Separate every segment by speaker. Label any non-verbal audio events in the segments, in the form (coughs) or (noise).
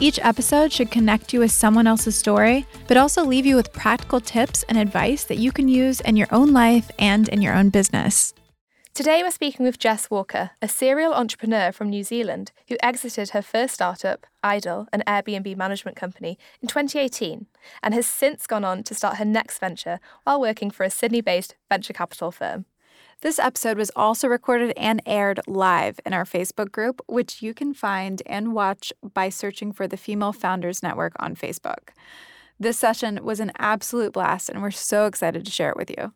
Speaker 1: Each episode should connect you with someone else's story, but also leave you with practical tips and advice that you can use in your own life and in your own business.
Speaker 2: Today we're speaking with Jess Walker, a serial entrepreneur from New Zealand who exited her first startup, Idle, an Airbnb management company, in 2018 and has since gone on to start her next venture while working for a Sydney based venture capital firm.
Speaker 1: This episode was also recorded and aired live in our Facebook group, which you can find and watch by searching for the Female Founders Network on Facebook. This session was an absolute blast, and we're so excited to share it with you.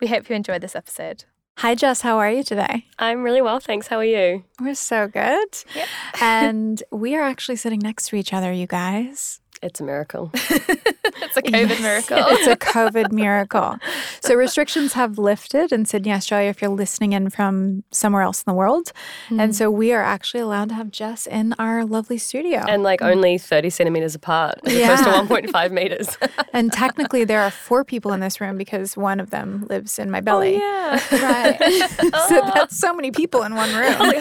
Speaker 2: We hope you enjoyed this episode.
Speaker 1: Hi, Jess. How are you today?
Speaker 3: I'm really well, thanks. How are you?
Speaker 1: We're so good.
Speaker 2: Yep.
Speaker 1: (laughs) and we are actually sitting next to each other, you guys.
Speaker 3: It's a (laughs) miracle.
Speaker 2: It's a COVID
Speaker 1: Yes, (laughs)
Speaker 2: miracle.
Speaker 1: It's
Speaker 3: (laughs)
Speaker 1: a COVID miracle. So restrictions have lifted in Sydney, Australia, if you're listening in from somewhere else in the world.
Speaker 3: Mm.
Speaker 1: And so we are actually allowed to have Jess in our lovely studio.
Speaker 3: And like only 30 centimeters apart as
Speaker 1: Yeah.
Speaker 3: opposed to 1.5 meters.
Speaker 1: And technically, there are four people in this room because one of them lives in my belly.
Speaker 3: (laughs) Oh, yeah.
Speaker 1: Right. (laughs) so that's so many people in one room.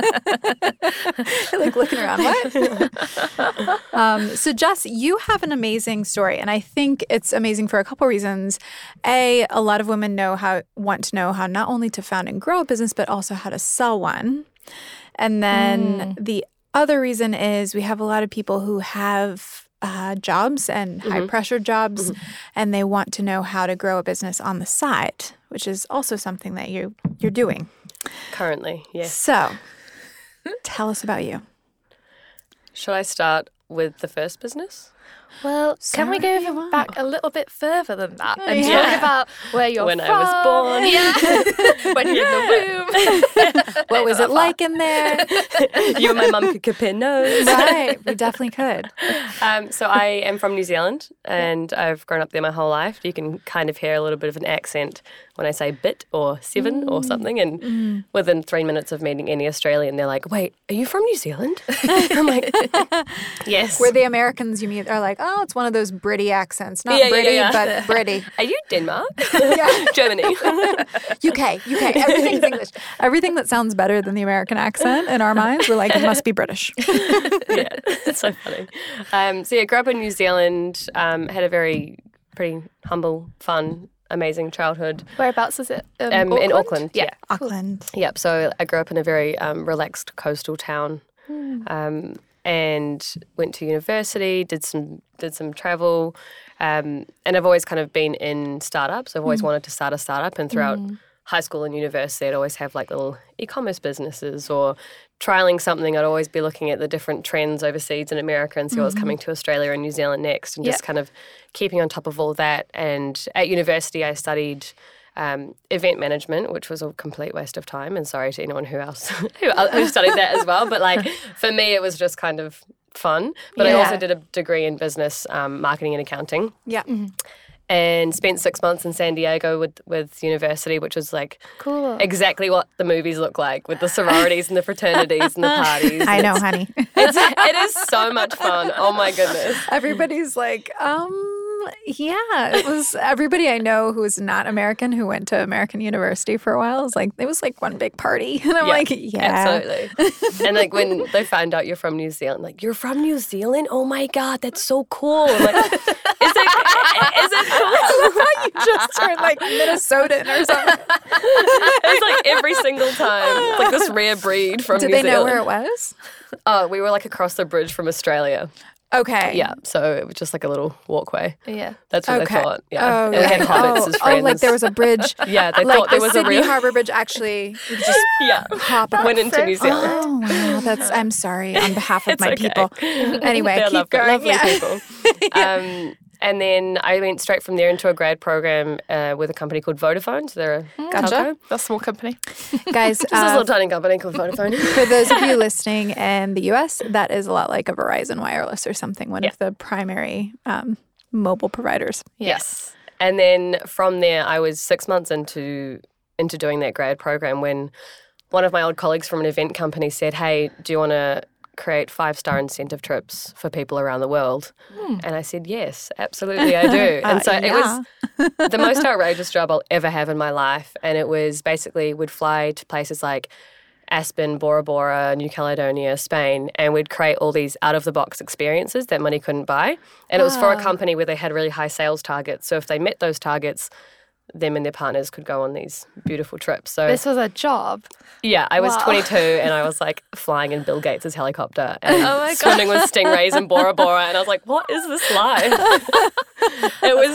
Speaker 1: (laughs) like looking around, what? um, so, Jess, you have an amazing story, and I think it's amazing for a couple reasons. A, a lot of women know how want to know how not only to found and grow a business, but also how to sell one. And then
Speaker 3: Mm.
Speaker 1: the other reason is we have a lot of people who have uh, jobs and
Speaker 3: Mm-hmm.
Speaker 1: high pressure jobs, and they want to know how to grow a business on the side, which is also something that you you're doing.
Speaker 3: (laughs) Currently, yes. (laughs)
Speaker 1: So, tell us about you.
Speaker 3: Should I start with the first business?
Speaker 2: Well, can we
Speaker 1: Sarah,
Speaker 2: go
Speaker 1: you are.
Speaker 2: back a little bit further than that and
Speaker 1: Yeah.
Speaker 2: talk about where you're
Speaker 3: When
Speaker 2: from?
Speaker 3: I was born.
Speaker 2: Yeah. when you're in the womb.
Speaker 1: What was it like in
Speaker 3: (laughs)
Speaker 1: there?
Speaker 3: (laughs) you and my mum could compare notes.
Speaker 1: right, we definitely could.
Speaker 3: (laughs) Um, so I am from New Zealand and I've grown up there my whole life. You can kind of hear a little bit of an accent when I say bit or seven or something. And within three minutes of meeting any Australian, they're like, wait, are you from New Zealand? (laughs) I'm like, yes.
Speaker 1: Where the Americans you meet are like, oh, it's one of those Britty accents, not
Speaker 3: Yeah, yeah,
Speaker 1: Britty,
Speaker 3: yeah.
Speaker 1: but
Speaker 3: (laughs)
Speaker 1: Britty.
Speaker 3: are you Denmark?
Speaker 1: Yeah.
Speaker 3: (laughs) Germany.
Speaker 1: UK, UK. Everything's English. Everything that sounds better than the American accent in our minds, we're like, it must be British.
Speaker 3: yeah, (laughs) it's so funny. Um, so yeah, grew up in New Zealand. Um, had a very pretty humble, fun, amazing childhood.
Speaker 2: Whereabouts was it?
Speaker 3: Um, in Auckland, yeah.
Speaker 1: Auckland.
Speaker 3: Yep. So I grew up in a very um, relaxed coastal town, um, and went to university. Did some did some travel, um, and I've always kind of been in startups. I've always wanted to start a startup, and throughout high school and university, I'd always have like little e-commerce businesses or trialing something. I'd always be looking at the different trends overseas in America and see what's coming to Australia and New Zealand next, and just kind of keeping on top of all that. And at university, I studied um, event management, which was a complete waste of time. And sorry to anyone who else (laughs) who, who studied that as well. But like for me, it was just kind of fun. But I also
Speaker 2: Yeah.
Speaker 3: did a degree in business um, marketing and accounting
Speaker 1: Yeah.
Speaker 3: and spent six months in San Diego with, with university, which was like
Speaker 2: Cool.
Speaker 3: exactly what the movies look like with the sororities and the
Speaker 1: (laughs)
Speaker 3: fraternities and the parties.
Speaker 1: I know, honey.
Speaker 3: It's, it is so much fun. Oh my goodness.
Speaker 1: (laughs) Everybody's like, um, yeah, it was everybody I know who is not American who went to American university for a while is like, it was like one big party. (laughs) And I'm
Speaker 3: Yeah,
Speaker 1: like, yeah. (laughs)
Speaker 3: Absolutely. and like when they find out you're from New Zealand, like, you're from New Zealand? Oh my God, that's so cool. I'm like, is it, is it cool?
Speaker 1: you just turned like Minnesotan or something.
Speaker 3: It's like every single time. It's like this rare breed (laughs) from
Speaker 1: Did
Speaker 3: New
Speaker 1: they know
Speaker 3: Zealand.
Speaker 1: where it was?
Speaker 3: Oh, we were like across the bridge from Australia.
Speaker 1: Okay.
Speaker 3: Yeah. So it was just like a little walkway.
Speaker 2: Yeah.
Speaker 3: That's what
Speaker 1: Okay.
Speaker 3: they thought. Yeah.
Speaker 1: Oh,
Speaker 3: and we had
Speaker 1: yeah.
Speaker 3: hobbits
Speaker 1: oh,
Speaker 3: as
Speaker 1: oh,
Speaker 3: friends.
Speaker 1: like there was a bridge.
Speaker 3: (laughs) yeah,
Speaker 1: (laughs)
Speaker 3: they
Speaker 1: like
Speaker 3: thought there
Speaker 1: the
Speaker 3: was
Speaker 1: Sydney
Speaker 3: a real.
Speaker 1: Harbour Bridge actually you could just
Speaker 3: (laughs) yeah.
Speaker 1: hop up.
Speaker 3: Went into New Zealand.
Speaker 1: Oh
Speaker 3: (laughs)
Speaker 1: wow, that's I'm sorry on behalf of my
Speaker 3: okay. (laughs)
Speaker 1: people. Anyway,
Speaker 3: They're
Speaker 1: keep
Speaker 4: (laughs)
Speaker 3: lovely,
Speaker 1: going.
Speaker 3: lovely
Speaker 1: (laughs) yeah.
Speaker 3: people. Um, And then I went straight from there into a grad program uh, with a company called Vodafone. So they're
Speaker 1: Mm.
Speaker 3: a
Speaker 2: Gotcha.
Speaker 3: telco.
Speaker 2: That's a small company.
Speaker 4: (laughs) Guys,
Speaker 3: Just this
Speaker 4: uh,
Speaker 3: little tiny company called Vodafone. (laughs)
Speaker 4: for those of you listening in the US, that is a lot like a Verizon Wireless or something, one
Speaker 3: Yeah.
Speaker 4: of the primary um, mobile providers.
Speaker 3: Yes. And then from there, I was six months into into doing that grad program when one of my old colleagues from an event company said, "Hey, do you want to create five star incentive trips for people around the world?" And I said, "Yes, absolutely, I do."
Speaker 4: Hmm. (laughs) Uh,
Speaker 3: and so it
Speaker 4: yeah.
Speaker 3: was the most outrageous job I'll ever have in my life. And it was basically we'd fly to places like Aspen, Bora Bora, New Caledonia, Spain, and we'd create all these out of the box experiences that money couldn't buy. And it was for a company where they had really high sales targets. So if they met those targets, them and their partners could go on these beautiful trips. So
Speaker 2: This was a job.
Speaker 3: yeah, I was
Speaker 2: Wow.
Speaker 3: 22 and I was like flying in Bill Gates' helicopter and swimming with stingrays in Bora Bora. And I was like, what is this life? it was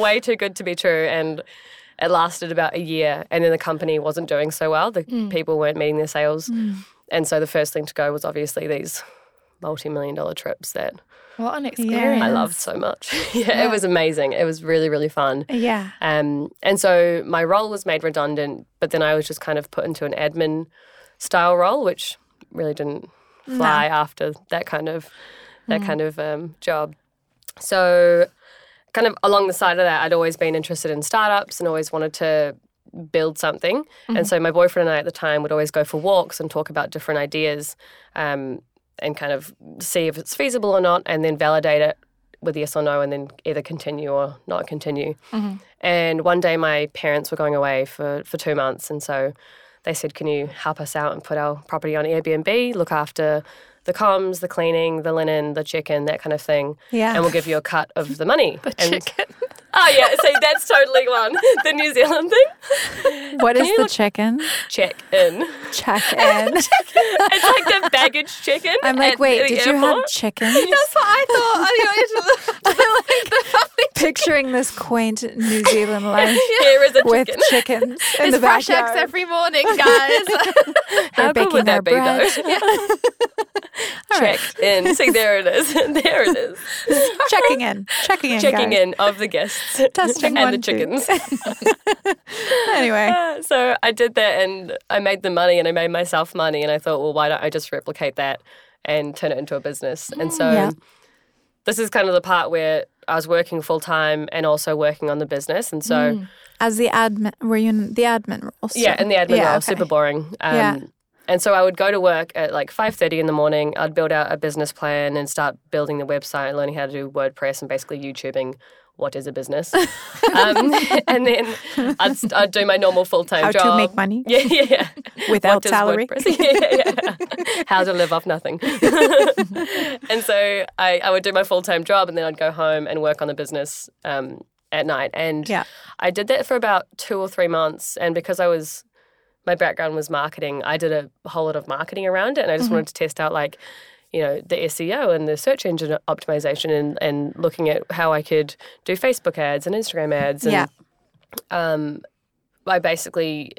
Speaker 3: way too good to be true. And it lasted about a year. And then the company wasn't doing so well. The people weren't meeting their sales. And so the first thing to go was obviously these multi million dollar trips that
Speaker 2: What an experience.
Speaker 4: Yeah.
Speaker 3: I
Speaker 5: (laughs)
Speaker 3: loved so much. (laughs) yeah, it was amazing. It was really, really fun.
Speaker 4: Yeah.
Speaker 3: Um, and so my role was made redundant, but then I was just kind of put into an admin style role, which really didn't fly after that kind of that kind of um, job. So, kind of along the side of that, I'd always been interested in startups and always wanted to build something. And so my boyfriend and I at the time would always go for walks and talk about different ideas um, and kind of see if it's feasible or not, and then validate it with yes or no, and then either continue or not continue. And one day my parents were going away for, for two months. And so they said, Can you help us out and put our property on Airbnb, look after the comms, the cleaning, the linen, the chicken, that kind of thing.
Speaker 4: Yeah.
Speaker 3: And we'll give you a cut of the money. (laughs) the chicken. Oh, yeah. See, that's totally one. (laughs) The New Zealand thing.
Speaker 4: What is the chicken?
Speaker 3: Check in. (laughs)
Speaker 4: Check in.
Speaker 3: It's like the baggage chicken.
Speaker 4: I'm like,
Speaker 3: at
Speaker 4: wait,
Speaker 3: the
Speaker 4: did you have
Speaker 3: airport."
Speaker 4: chicken?
Speaker 3: (laughs)
Speaker 2: That's what I thought. I wanted to- the family
Speaker 4: Picturing this quaint New
Speaker 3: (laughs)
Speaker 4: Zealand life
Speaker 3: Here is a
Speaker 4: with
Speaker 3: chicken.
Speaker 4: chickens in the
Speaker 2: It's fresh
Speaker 4: backyard.
Speaker 2: eggs every morning, guys.
Speaker 4: They're
Speaker 3: How good
Speaker 4: baking
Speaker 3: would
Speaker 4: their
Speaker 3: that be,
Speaker 4: bread.
Speaker 3: though? (laughs) Check in. See, there it is. (laughs) there it is.
Speaker 4: Checking in. Checking in.
Speaker 3: (laughs) Checking
Speaker 4: guys.
Speaker 3: in of the guests (laughs)
Speaker 4: Testing one,
Speaker 3: and the
Speaker 4: two.
Speaker 3: chickens.
Speaker 4: Anyway.
Speaker 3: Uh, (laughs) so I did that and I made the money and I made myself money and I thought, well, why don't I just replicate that and turn it into a business? And so
Speaker 4: Yeah.
Speaker 3: this is kind of the part where I was working full time and also working on the business. And so
Speaker 4: Mm. As the admin, were you in the admin role? still?
Speaker 3: yeah, and the admin
Speaker 4: Yeah,
Speaker 3: role,
Speaker 4: okay.
Speaker 3: super boring. Um,
Speaker 4: Yeah.
Speaker 3: And so I would go to work at like 5.30 in the morning. I'd build out a business plan and start building the website and learning how to do WordPress and basically YouTubing what is a
Speaker 4: (laughs)
Speaker 3: business. um, (laughs) and then I'd, st- I'd do my normal full-time
Speaker 4: How
Speaker 3: job.
Speaker 4: to make money
Speaker 3: (laughs) Yeah, yeah, yeah.
Speaker 4: without
Speaker 3: does
Speaker 4: salary.
Speaker 1: (laughs)
Speaker 3: WordPress- (laughs) Yeah, yeah, yeah. How to live off nothing. (laughs) and so I, I would do my full time job and then I'd go home and work on the business um, at night. And
Speaker 4: Yeah.
Speaker 3: I did that for about two or three months. And because I was, my background was marketing, I did a whole lot of marketing around it. And I just wanted to test out, like, you know, the SEO and the search engine optimization and, and looking at how I could do Facebook ads and Instagram ads and um,
Speaker 4: Yeah.
Speaker 3: I basically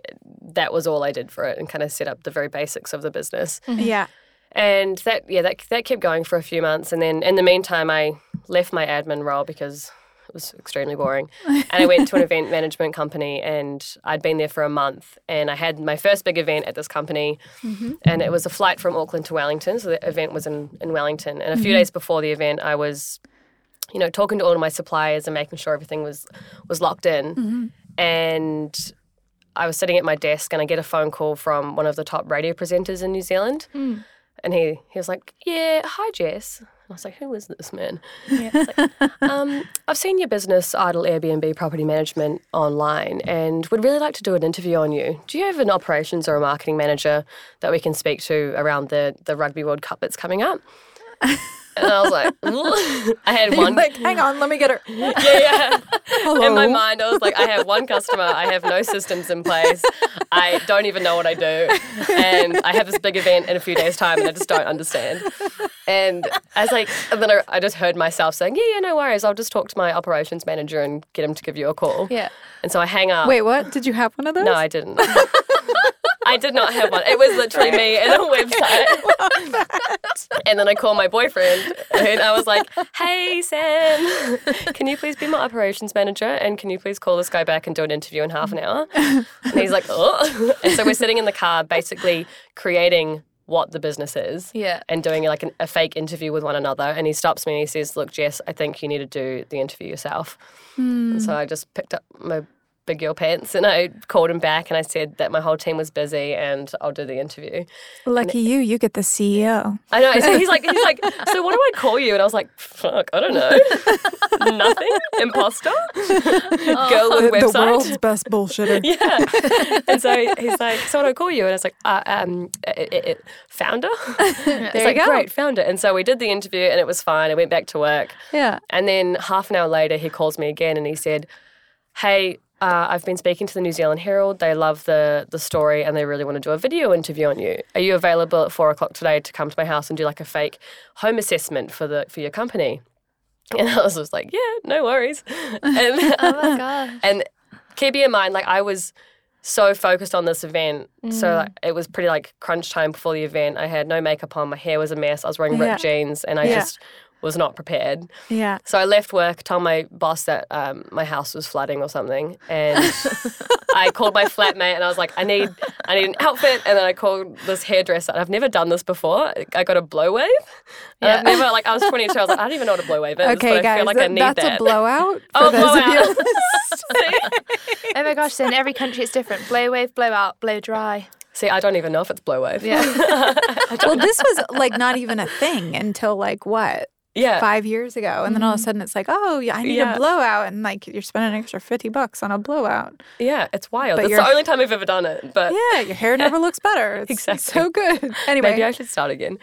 Speaker 3: that was all I did for it and kind of set up the very basics of the business.
Speaker 4: Yeah.
Speaker 3: And that yeah, that that kept going for a few months and then in the meantime I left my admin role because it was extremely boring. And I went to an event management company and I'd been there for a month and I had my first big event at this company and it was a flight from Auckland to Wellington. So the event was in, in Wellington. And a few days before the event I was you know, talking to all of my suppliers and making sure everything was was locked in. And I was sitting at my desk and I get a phone call from one of the top radio presenters in New Zealand. And he, he was like, Yeah, hi, Jess. And I was like, Who is this man? He's like, um, I've seen your business, Idle Airbnb Property Management, online and would really like to do an interview on you. Do you have an operations or a marketing manager that we can speak to around the, the Rugby World Cup that's coming up? And I was like, "Ugh." (laughs) I
Speaker 1: (laughs)
Speaker 3: had (laughs) one.
Speaker 4: Like, hang on, let me get her.
Speaker 3: yeah, yeah.
Speaker 4: Hello.
Speaker 3: In my mind, I was like, I have one customer, I have no systems in place, I don't even know what I do, and I have this big event in a few days' time, and I just don't understand. And I was like, and then I, I just heard myself saying, Yeah, yeah, no worries, I'll just talk to my operations manager and get him to give you a call.
Speaker 2: yeah.
Speaker 3: And so I hang up.
Speaker 4: Wait, what? Did you have one of those?
Speaker 3: No, I didn't. (laughs) I did not have one. It was literally me and a website. and then I called my boyfriend and I was like, hey, Sam, can you please be my operations manager? And can you please call this guy back and do an interview in half an hour? And he's like, oh. (laughs) And so we're sitting in the car basically creating what the business is
Speaker 5: Yeah.
Speaker 3: and doing like an, a fake interview with one another. And he stops me and he says, Look, Jess, I think you need to do the interview yourself. And so I just picked up my big girl pants and I called him back and I said that my whole team was busy and I'll do the interview.
Speaker 1: Lucky you, you get the E CEO.
Speaker 3: I know. So he's like, he's like, so what do I call you? And I was like, fuck, I don't know. Nothing. Imposter. Girl
Speaker 1: The,
Speaker 3: with
Speaker 1: the
Speaker 3: website.
Speaker 1: world's best bullshitter.
Speaker 3: (laughs) Yeah. And so he's like, so what do I call you? And I was like, uh, um, uh, uh, uh, founder? it's like,
Speaker 4: go.
Speaker 3: great, founder. And so we did the interview and it was fine. I went back to work.
Speaker 4: Yeah.
Speaker 3: And then half an hour later, he calls me again and he said, hey, uh, I've been speaking to the New Zealand Herald. They love the the story and they really want to do a video interview on you. Are you available at four o'clock today to come to my house and do like a fake home assessment for the for your company? (laughs) And I was just like, yeah, no worries. (laughs) And uh,
Speaker 5: my gosh.
Speaker 3: and keep in mind, like I was so focused on this event,
Speaker 1: Mm.
Speaker 3: so like, it was pretty like crunch time before the event. I had no makeup on, my hair was a mess. I was wearing ripped jeans, and I
Speaker 1: Yeah.
Speaker 3: just was not prepared.
Speaker 1: Yeah.
Speaker 3: So I left work, told my boss that um, my house was flooding or something,
Speaker 1: (laughs)
Speaker 3: and I called my flatmate and I was like, I need, I need an outfit, and then I called this hairdresser. And I've never done this before. I got a blow wave. And I've never like I was 22. I was like, I don't even know what a blow wave is.
Speaker 1: Okay,
Speaker 3: but I
Speaker 1: guys,
Speaker 3: feel like I
Speaker 1: that-
Speaker 3: need
Speaker 1: that's
Speaker 3: that.
Speaker 1: a
Speaker 3: (laughs)
Speaker 1: blowout for
Speaker 3: Oh,
Speaker 1: those
Speaker 3: blowout.
Speaker 1: of
Speaker 3: (laughs)
Speaker 1: you.
Speaker 5: (laughs) Oh my gosh, so in every country it's different. Blow wave, blow out, blow dry.
Speaker 3: See, I don't even know if it's blow wave.
Speaker 5: Yeah.
Speaker 1: (laughs) well, this was like not even a thing until like what
Speaker 3: (laughs) Yeah. Mm-hmm.
Speaker 1: five years ago, and then all of a sudden it's like, oh, yeah, I need
Speaker 3: Yeah.
Speaker 1: a blowout, and like you're spending an extra fifty bucks on a blowout.
Speaker 3: Yeah, it's wild.
Speaker 1: But
Speaker 3: It's
Speaker 1: you're-
Speaker 3: the only time I've ever done it. But
Speaker 1: Yeah, your hair never looks
Speaker 3: (laughs)
Speaker 1: better. It's
Speaker 3: Exactly.
Speaker 1: so good. Anyway,
Speaker 3: maybe I should start
Speaker 1: (laughs)
Speaker 3: again.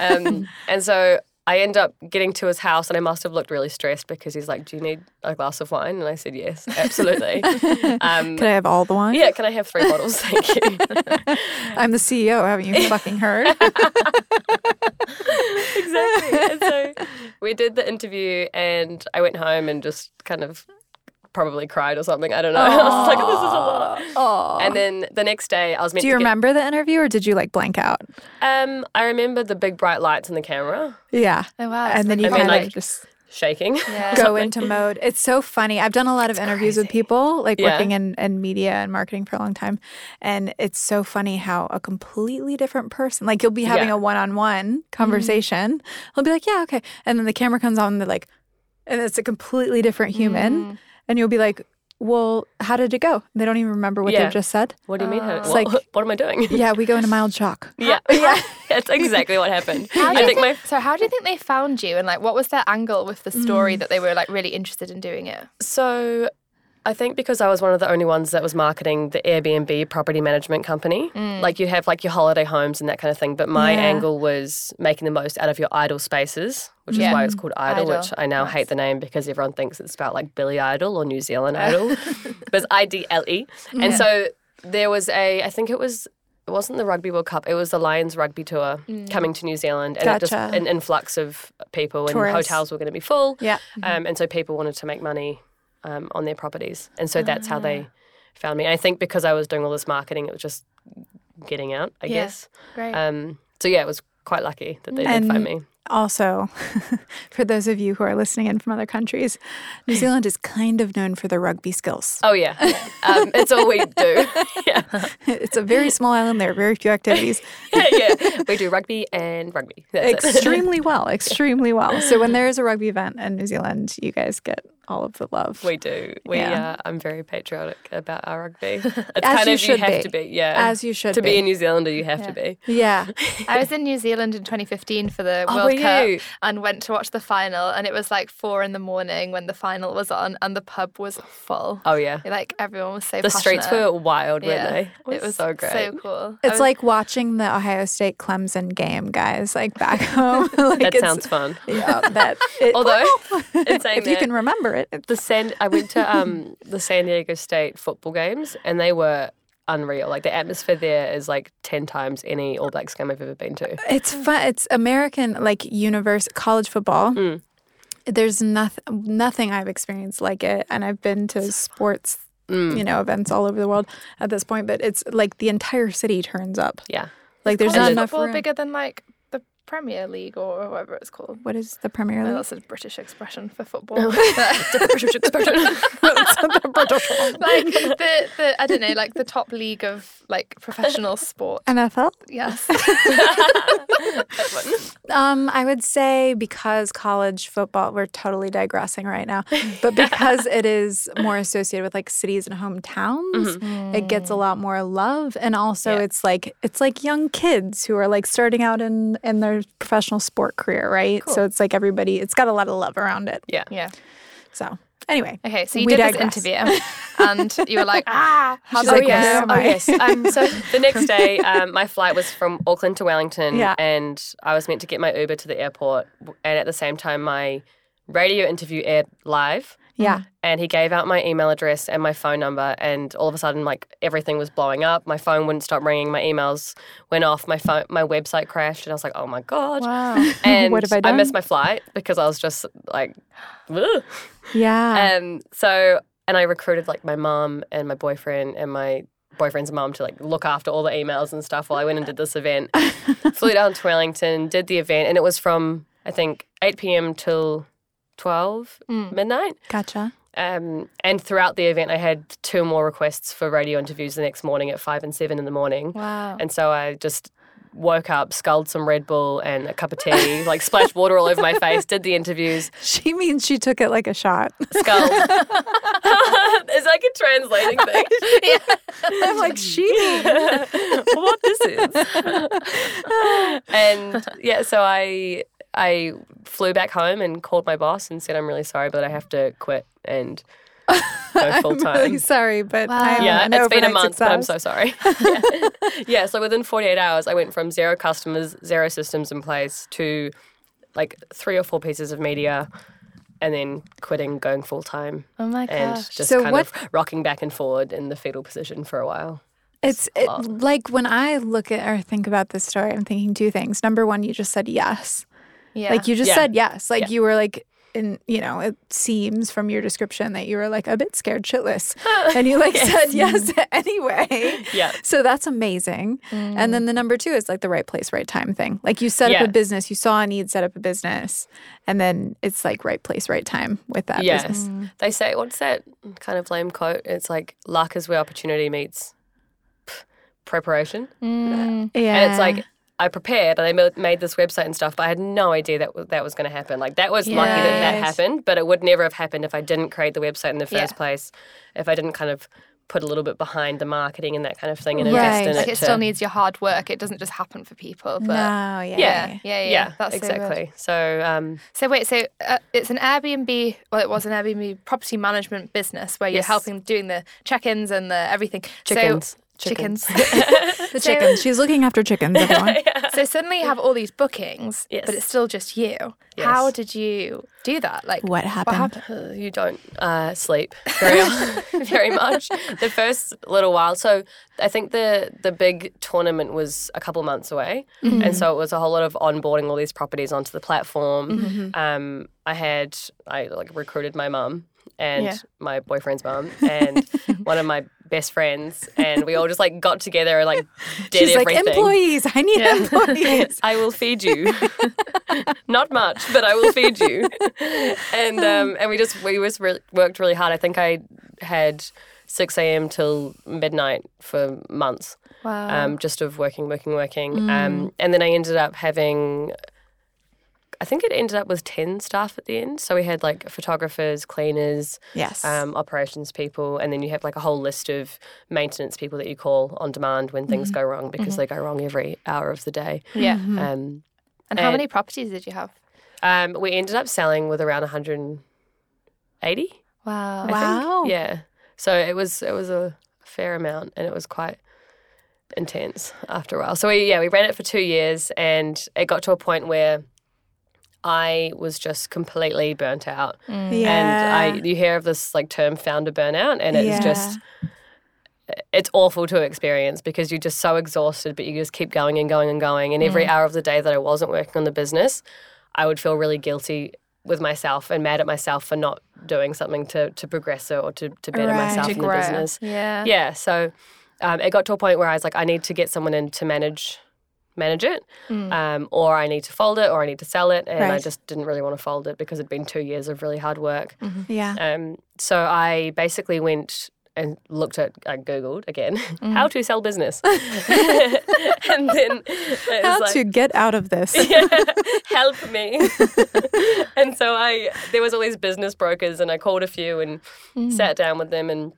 Speaker 3: um, and so I end up getting to his house, and I must have looked really stressed because he's like, "Do you need a glass of wine?" And I said, "Yes,
Speaker 1: (laughs)
Speaker 3: absolutely." um,
Speaker 1: Could I have all the wine?
Speaker 3: yeah, can I have three bottles? (laughs)
Speaker 1: (laughs)
Speaker 3: Thank you.
Speaker 1: I'm the CEO. Haven't
Speaker 3: (laughs)
Speaker 1: you fucking heard?
Speaker 3: exactly. And so we did the interview, and I went home and just kind of probably cried or something. I don't know. (laughs) I was like, "This is a lot."
Speaker 1: oh.
Speaker 3: And then the next day, I was meant
Speaker 1: Do you
Speaker 3: to get-
Speaker 1: remember the interview, or did you like blank out?
Speaker 3: Um, I remember the big bright lights and the camera
Speaker 1: Yeah.
Speaker 5: (laughs) Oh wow.
Speaker 1: And then you
Speaker 3: And then,
Speaker 1: kind of
Speaker 3: like,
Speaker 1: just
Speaker 3: shaking.
Speaker 5: yeah.
Speaker 1: go into mode. It's so funny. I've done a lot of interviews with people, like
Speaker 3: Yeah.
Speaker 1: working in, in media and marketing for a long time. And it's so funny how a completely different person, like you'll be having
Speaker 3: Yeah.
Speaker 1: a
Speaker 3: Mm-hmm.
Speaker 1: one on one conversation. He'll be like, yeah, okay. And then the camera comes on and they're like, and it's a completely different human.
Speaker 3: Mm.
Speaker 1: And you'll be like, well, how did it go? They don't even remember what
Speaker 3: Yeah.
Speaker 1: they just said.
Speaker 3: What do you mean? how-
Speaker 5: It's
Speaker 3: what,
Speaker 1: like-
Speaker 3: what am I doing?
Speaker 1: Yeah, we go into mild shock.
Speaker 3: (laughs) Yeah, yeah. That's exactly what happened.
Speaker 5: How do
Speaker 3: I
Speaker 5: you
Speaker 3: think my
Speaker 5: so how do you think they found you and like what was their angle with the story that they were like really interested in doing it?
Speaker 3: so I think because I was one of the only ones that was marketing the Airbnb property management company. Like you'd have like your holiday homes and that kind of thing, but my
Speaker 1: Mm. Yeah.
Speaker 3: angle was making the most out of your idle spaces, which
Speaker 5: Yeah.
Speaker 3: is why it's called idle,
Speaker 5: Idle.
Speaker 3: which I now hate the name because everyone thinks it's about like Billy Idol or New Zealand Idol, but it's I D L E. And so there was a I think it was it wasn't the Rugby World Cup. It was the Lions Rugby Tour coming to New Zealand, and it just
Speaker 1: Mm. Gotcha.
Speaker 3: an influx of people, and
Speaker 1: Tourists.
Speaker 3: hotels were going to be full.
Speaker 1: Yeah.
Speaker 3: Um, and so people wanted to make money um, on their properties. And so that's how
Speaker 1: Ah.
Speaker 3: they found me. And I think because I was doing all this marketing, it was just getting out, I
Speaker 5: Yeah.
Speaker 3: guess.
Speaker 5: Great.
Speaker 3: Um, so yeah, it was quite lucky that they
Speaker 1: And-
Speaker 3: did find me.
Speaker 1: Also, (laughs) for those of you who are listening in from other countries,
Speaker 3: (laughs)
Speaker 1: New Zealand is kind of known for their rugby skills. (laughs)
Speaker 3: Oh, yeah. um, it's all we do. yeah. (laughs)
Speaker 1: It's a very small island. There are very few activities.
Speaker 3: yeah. We do rugby and rugby. That's it.
Speaker 1: extremely well, extremely well. So when there is a rugby event in New Zealand, you guys get all of the love.
Speaker 3: (laughs) We do. We
Speaker 1: Yeah.
Speaker 3: uh, I'm very patriotic about our rugby.
Speaker 1: (laughs)
Speaker 3: It's
Speaker 1: As
Speaker 3: kind
Speaker 1: you
Speaker 3: of you
Speaker 1: should
Speaker 3: have
Speaker 1: be.
Speaker 3: to be, yeah.
Speaker 1: As you should
Speaker 3: to be.
Speaker 1: be.
Speaker 3: a New Zealander, you have to be. (laughs)
Speaker 1: yeah.
Speaker 5: I was in New Zealand in 2015 for the
Speaker 3: Oh,
Speaker 5: World
Speaker 3: were
Speaker 5: Cup
Speaker 3: you?
Speaker 5: and went to watch the final and it was like four in the morning when the final was on and the pub was full.
Speaker 3: Oh yeah.
Speaker 5: Like everyone was so
Speaker 3: The streets were
Speaker 5: passionate.
Speaker 3: wild, weren't they?
Speaker 5: It was
Speaker 3: so great.
Speaker 5: So cool. I
Speaker 1: It's
Speaker 5: was-
Speaker 1: like watching the Ohio State Clemson game, guys, like (laughs) back home. like
Speaker 3: that
Speaker 1: it's-
Speaker 3: sounds fun.
Speaker 1: Yeah,
Speaker 3: (laughs)
Speaker 1: that. It,
Speaker 3: Although, (laughs) in saying
Speaker 1: if you
Speaker 3: that,
Speaker 1: can remember it, it's
Speaker 3: the San, I went to um, the San Diego State football games, and they were unreal. Like the atmosphere there is like ten times any All Blacks game I've ever been to.
Speaker 1: It's fun. It's American like universe college football.
Speaker 3: Hmm.
Speaker 1: There's nothing nothing I've experienced like it, and I've been to sports
Speaker 3: Mm.
Speaker 1: you know, events all over the world at this point, but it's like the entire city turns up.
Speaker 3: Yeah.
Speaker 1: Like there's
Speaker 5: College
Speaker 1: not
Speaker 3: college
Speaker 1: enough
Speaker 5: football
Speaker 1: room.
Speaker 5: bigger than like the Premier League or whatever it's called.
Speaker 1: What is the Premier
Speaker 5: No,
Speaker 1: League?
Speaker 5: that's a British expression for football. (laughs)
Speaker 3: British expression.
Speaker 5: like the, the I don't know, like the top league of like professional sport.
Speaker 1: NFL?
Speaker 5: Yes.
Speaker 1: Um, I would say because college football, we're totally digressing right now, (laughs) but because it is more associated with like cities and hometowns, it gets a lot more love. And also,
Speaker 3: Yeah.
Speaker 1: it's like it's like young kids who are like starting out in in their professional sport career, right? So it's like everybody. It's got a lot of love around it.
Speaker 3: yeah.
Speaker 5: yeah.
Speaker 1: So anyway,
Speaker 5: Okay, so you
Speaker 1: We
Speaker 5: did
Speaker 1: digress.
Speaker 5: this interview and you were like, ah, how's
Speaker 1: She's
Speaker 5: it
Speaker 1: like, "Where
Speaker 5: go?
Speaker 1: am
Speaker 3: Oh,
Speaker 1: I?" (laughs)
Speaker 3: yes. Um, so the next day, um, my flight was from Auckland to Wellington,
Speaker 1: Yeah.
Speaker 3: and I was meant to get my Uber to the airport. w- And at the same time, my radio interview aired live.
Speaker 1: yeah,
Speaker 3: And he gave out my email address and my phone number, and all of a sudden, like everything was blowing up. My phone wouldn't stop ringing. My emails went off. My phone, my website crashed, and I was like, "Oh my god!"
Speaker 5: Wow.
Speaker 1: (laughs)
Speaker 3: And
Speaker 1: What have I
Speaker 3: I missed
Speaker 1: done?
Speaker 3: my flight because I was just
Speaker 1: (gasps)
Speaker 3: like, "Ugh."
Speaker 1: yeah.
Speaker 3: Um, so, and I recruited like my mom and my boyfriend and my boyfriend's mom to like look after all the emails and stuff while I went and did this event.
Speaker 1: (laughs)
Speaker 3: Flew down to Wellington, did the event, and it was from I think 8 p.m. till 12
Speaker 5: Mm.
Speaker 3: midnight.
Speaker 1: gotcha. (laughs)
Speaker 3: Um, and throughout the event, I had two more requests for radio interviews the next morning at five and seven in the morning.
Speaker 5: (laughs) Wow.
Speaker 3: And so I just woke up, sculled some Red Bull and a cup of tea, like splashed water all over my face, did the interviews,
Speaker 1: She means she took it like a shot. (laughs)
Speaker 3: skull. (laughs) it's like a translating thing.
Speaker 1: I'm (laughs) like she.
Speaker 3: what this is. (laughs) and yeah, so I I flew back home and called my boss and said I'm really sorry, but I have to quit and go full time.
Speaker 1: (laughs) Really sorry, but I am
Speaker 3: yeah,
Speaker 1: an
Speaker 3: it's been a
Speaker 1: overnight
Speaker 3: month, but I'm
Speaker 1: success.
Speaker 3: so sorry.
Speaker 1: (laughs)
Speaker 3: yeah. Yeah, so within 48 hours, I went from zero customers, zero systems in place to like three or four pieces of media, and then quitting, going full time,
Speaker 5: Oh my
Speaker 3: and
Speaker 5: gosh.
Speaker 3: just
Speaker 1: So
Speaker 3: kind
Speaker 1: what-
Speaker 3: of rocking back and forward in the fetal position for a while.
Speaker 1: It's it, like when I look at or think about this story, I'm thinking two things. Number one, you just said yes.
Speaker 5: Yeah.
Speaker 1: Like you just
Speaker 3: Yeah.
Speaker 1: said yes. Like
Speaker 3: Yeah.
Speaker 1: you were like, in you know, it seems from your description that you were like a bit scared
Speaker 3: (laughs)
Speaker 1: shitless, and you like said yes (laughs) anyway.
Speaker 3: Yeah. Mm.
Speaker 1: So that's amazing. And then the number two is like the right place, right time thing. Like you set
Speaker 3: Yeah.
Speaker 1: up a business, you saw a need, set up a business, and then it's like right place, right time with that Mm.
Speaker 3: Yes.
Speaker 1: business.
Speaker 3: They say, what's that kind of lame quote? It's like, luck is where opportunity meets p- preparation.
Speaker 5: Mm.
Speaker 1: Yeah.
Speaker 3: And it's like, I prepared and I mil- made this website and stuff, but I had no idea that w- that was going to happen. Like, that was lucky that that
Speaker 1: Yes.
Speaker 3: happened, but it would never have happened if I didn't create the website in the
Speaker 5: Yeah.
Speaker 3: first place, if I didn't kind of put a little bit behind the marketing and that kind of thing and
Speaker 1: Right.
Speaker 3: invest in
Speaker 5: like
Speaker 3: it.
Speaker 5: it
Speaker 3: to-
Speaker 5: still needs your hard work. It doesn't just happen for people. But
Speaker 1: no, yeah,
Speaker 5: yeah, yeah, yeah,
Speaker 3: uh, yeah,
Speaker 5: That's so good.
Speaker 3: exactly. So, um,
Speaker 5: So wait, so uh, it's an Airbnb. Well, it was an Airbnb property management business where you're
Speaker 3: Yes.
Speaker 5: helping doing the check-ins and the everything.
Speaker 3: Chickens.
Speaker 5: So, chickens.
Speaker 3: Chickens. (laughs)
Speaker 1: The chickens. She's looking after chickens, everyone.
Speaker 5: (laughs) so suddenly you have all these bookings,
Speaker 3: Yes.
Speaker 5: but it's still just you.
Speaker 3: Yes.
Speaker 5: How did you do that? Like
Speaker 1: What happened?
Speaker 3: Uh, you don't uh, sleep very, (laughs) very much the first little while. So I think the the big tournament was a couple months away,
Speaker 1: Mm-hmm.
Speaker 3: and so it was a whole lot of onboarding all these properties onto the platform.
Speaker 1: Mm-hmm.
Speaker 3: Um, I had I like recruited my mum and
Speaker 5: Yeah.
Speaker 3: my boyfriend's mum
Speaker 1: (laughs)
Speaker 3: and one of my best friends, and we all just like got together and like did
Speaker 1: She's like,
Speaker 3: everything.
Speaker 1: employees, I need
Speaker 3: (laughs)
Speaker 1: employees.
Speaker 3: I will feed you. Not much, but I will feed you. and um, and we just we was re- worked really hard. I think I had six a.m. till midnight for months,
Speaker 2: Oh.
Speaker 5: wow.
Speaker 3: um, just of working, working, working. Um, and then I ended up having. I think it ended up with 10 staff at the end. So we had like photographers, cleaners,
Speaker 1: Yes.
Speaker 3: um, operations people, and then you have like a whole list of maintenance people that you call on demand when things go wrong because they go wrong every hour of the day.
Speaker 5: yeah.
Speaker 1: Mm. Mm-hmm.
Speaker 3: Um,
Speaker 5: And how
Speaker 3: and-
Speaker 5: many properties did you have?
Speaker 3: um, we ended up selling with around 180.
Speaker 5: Wow.
Speaker 1: wow.
Speaker 3: Yeah, so it was it was a fair amount, and it was quite intense after a while. So we yeah we ran it for two years, and it got to a point where I was just completely burnt out.
Speaker 5: Mm.
Speaker 3: And I you hear of this like term founder burnout, and it's just it's awful to experience because you're just so exhausted, but you just keep
Speaker 4: Mm.
Speaker 3: going and going and going. And every hour of the day that I wasn't working on the business, I would feel really guilty with myself and mad at myself for not doing something to to progress it or to, to better
Speaker 4: Right.
Speaker 3: myself
Speaker 4: To
Speaker 3: in
Speaker 5: grow.
Speaker 3: the business.
Speaker 5: Yeah.
Speaker 3: Yeah. So um, it got to a point where I was like, I need to get someone in to manage manage it,
Speaker 5: Mm.
Speaker 3: um, or I need to fold it, or I need to sell it, and I
Speaker 4: Mm. Right.
Speaker 3: just didn't really want to fold it because it'd been two years of really hard work.
Speaker 4: Yeah.
Speaker 3: Um, so I basically went and looked at, I Googled again,
Speaker 1: Mm.
Speaker 3: how to sell
Speaker 1: (laughs)
Speaker 3: business. (laughs) and then it
Speaker 1: How
Speaker 3: was like,
Speaker 1: to get out of
Speaker 3: (laughs)
Speaker 1: this.
Speaker 3: help
Speaker 1: (laughs)
Speaker 3: me. and so I, there was all these business brokers and I called a few and
Speaker 1: Mm.
Speaker 3: sat down with them and,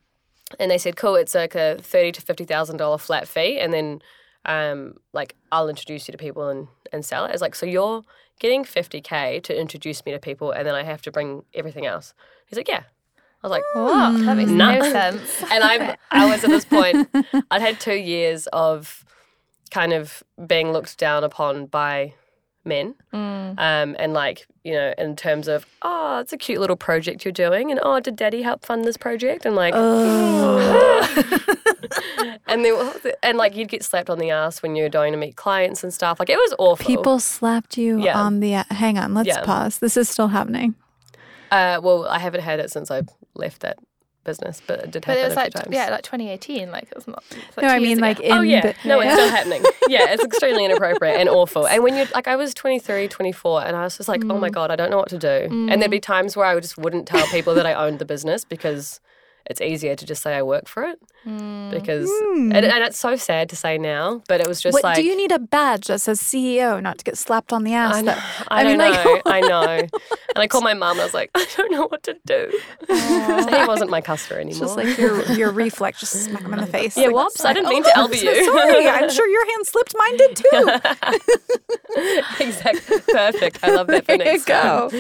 Speaker 3: and they said, cool, it's like a thirty to $50,000 flat fee. And then, um, like I'll introduce you to people and, and sell it. It's like, so you're getting 50 K to introduce me to people and then I have to bring everything else. He's like, yeah. I was like,
Speaker 1: Oh.
Speaker 5: Wow, Oh, that makes
Speaker 3: No.
Speaker 5: no sense.
Speaker 3: and I'm I was at this point. I'd had two years of kind of being looked down upon by men,
Speaker 5: Mm.
Speaker 3: um, and like you know, in terms of oh, it's a cute little project you're doing, and oh, did Daddy help fund this project? And
Speaker 5: Oh.
Speaker 3: like, (laughs) and they and like you'd get slapped on the ass when you were going to meet clients and stuff. Like it was awful.
Speaker 4: People slapped you
Speaker 3: Yeah.
Speaker 4: on the.
Speaker 1: Hang on, let's
Speaker 3: Yeah.
Speaker 1: pause. This is still happening.
Speaker 3: Uh, well, I haven't had it since I left that business, but it did
Speaker 5: But
Speaker 3: happen
Speaker 5: it was
Speaker 3: a few
Speaker 5: like,
Speaker 3: times.
Speaker 5: yeah, like 2018. Like, it was not. it was
Speaker 1: no, I
Speaker 5: two years
Speaker 1: mean
Speaker 5: ago.
Speaker 1: like in
Speaker 3: oh yeah
Speaker 1: the-
Speaker 3: no it's still happening yeah it's extremely inappropriate and awful and when you like i was 23 24 and i was just like
Speaker 1: Mm.
Speaker 3: oh my god i don't know what to do and there'd be times where i would just wouldn't tell people that i owned the business because it's easier to just say i work for it
Speaker 1: Mm.
Speaker 3: because and, and it's so sad to say now but it was just
Speaker 1: What,
Speaker 3: like
Speaker 1: do you need a badge that says CEO not to get slapped on the ass?
Speaker 3: I, know,
Speaker 1: though?
Speaker 3: I,
Speaker 1: mean,
Speaker 3: don't
Speaker 1: like, (laughs)
Speaker 3: know. I know. And I called my mum and I was like, (laughs) I don't know what to do. So he wasn't my customer anymore.
Speaker 1: just like your your reflex, just smack him in
Speaker 3: (laughs)
Speaker 1: the face.
Speaker 3: yeah,
Speaker 1: Like,
Speaker 3: whoops,
Speaker 1: (laughs)
Speaker 3: I didn't mean
Speaker 1: "Oh,
Speaker 3: to elbow
Speaker 1: so
Speaker 3: you.
Speaker 1: Sorry, I'm sure your hand slipped. Mine did too.
Speaker 3: (laughs) exactly. Perfect. I love that for
Speaker 1: There you
Speaker 3: next time.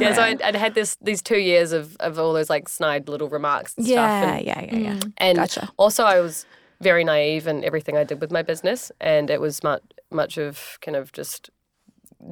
Speaker 1: (laughs)
Speaker 3: Yeah, so I'd, I'd had this these two years of, of all those like snide little remarks and stuff.
Speaker 1: Yeah,
Speaker 3: And,
Speaker 1: yeah, yeah, yeah.
Speaker 3: and
Speaker 1: Gotcha.
Speaker 3: also I was very naive in everything I did with my business and it was much much of kind of just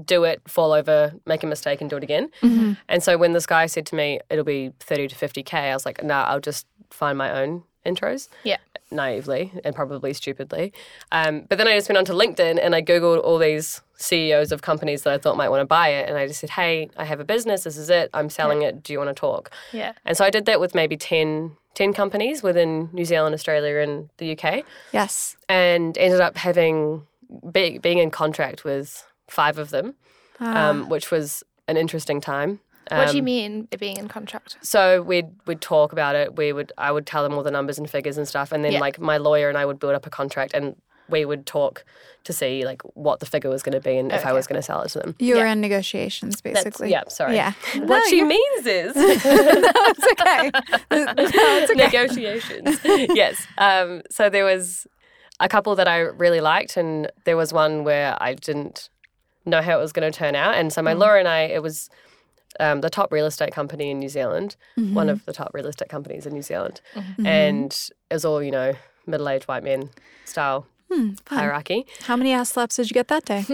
Speaker 3: do it, fall over, make a mistake and do it again.
Speaker 1: Mm-hmm.
Speaker 3: And so when this guy said to me, it'll be 30 to 50K, I was like, nah, I'll just find my own intros
Speaker 5: yeah.
Speaker 3: naively and probably stupidly. Um, but then I just went onto LinkedIn and I Googled all these CEOs of companies that I thought might want to buy it. And I just said, hey, I have a business. This is it. I'm selling it. Do you want to talk?
Speaker 5: Yeah.
Speaker 3: And so I did that with maybe 10, 10 companies within New Zealand, Australia, and the UK
Speaker 1: Yes.
Speaker 3: and ended up having be, being in contract with five of them, um, which was an interesting time.
Speaker 5: Ah. What do
Speaker 3: Um,
Speaker 5: you mean by being in contract?
Speaker 3: so we'd we'd talk about it. We would I would tell them all the numbers and figures and stuff, and then
Speaker 5: Yeah.
Speaker 3: like my lawyer and I would build up a contract, and we would talk to see like what the figure was going to be and if I
Speaker 5: Okay.
Speaker 3: was going to sell it to them.
Speaker 1: You were in negotiations, basically.
Speaker 3: Yeah, sorry. (laughs)
Speaker 1: Yeah.
Speaker 3: What
Speaker 1: No, (laughs)
Speaker 3: she
Speaker 1: you're-
Speaker 3: means
Speaker 5: (laughs)
Speaker 3: is
Speaker 1: It's okay.
Speaker 3: (laughs) negotiations. (laughs) yes. Um, so there was a couple that I really liked, and there was one where I didn't know how it was going to turn out. And so
Speaker 1: Mm-hmm.
Speaker 3: my lawyer and I, it was um, the top real estate company in New Zealand,
Speaker 1: Mm-hmm.
Speaker 3: one of the top real estate companies in New Zealand, and it was all you know, middle-aged white men style.
Speaker 1: Hmm,
Speaker 3: hierarchy
Speaker 1: How many ass slaps did you get that
Speaker 3: (laughs)
Speaker 1: day?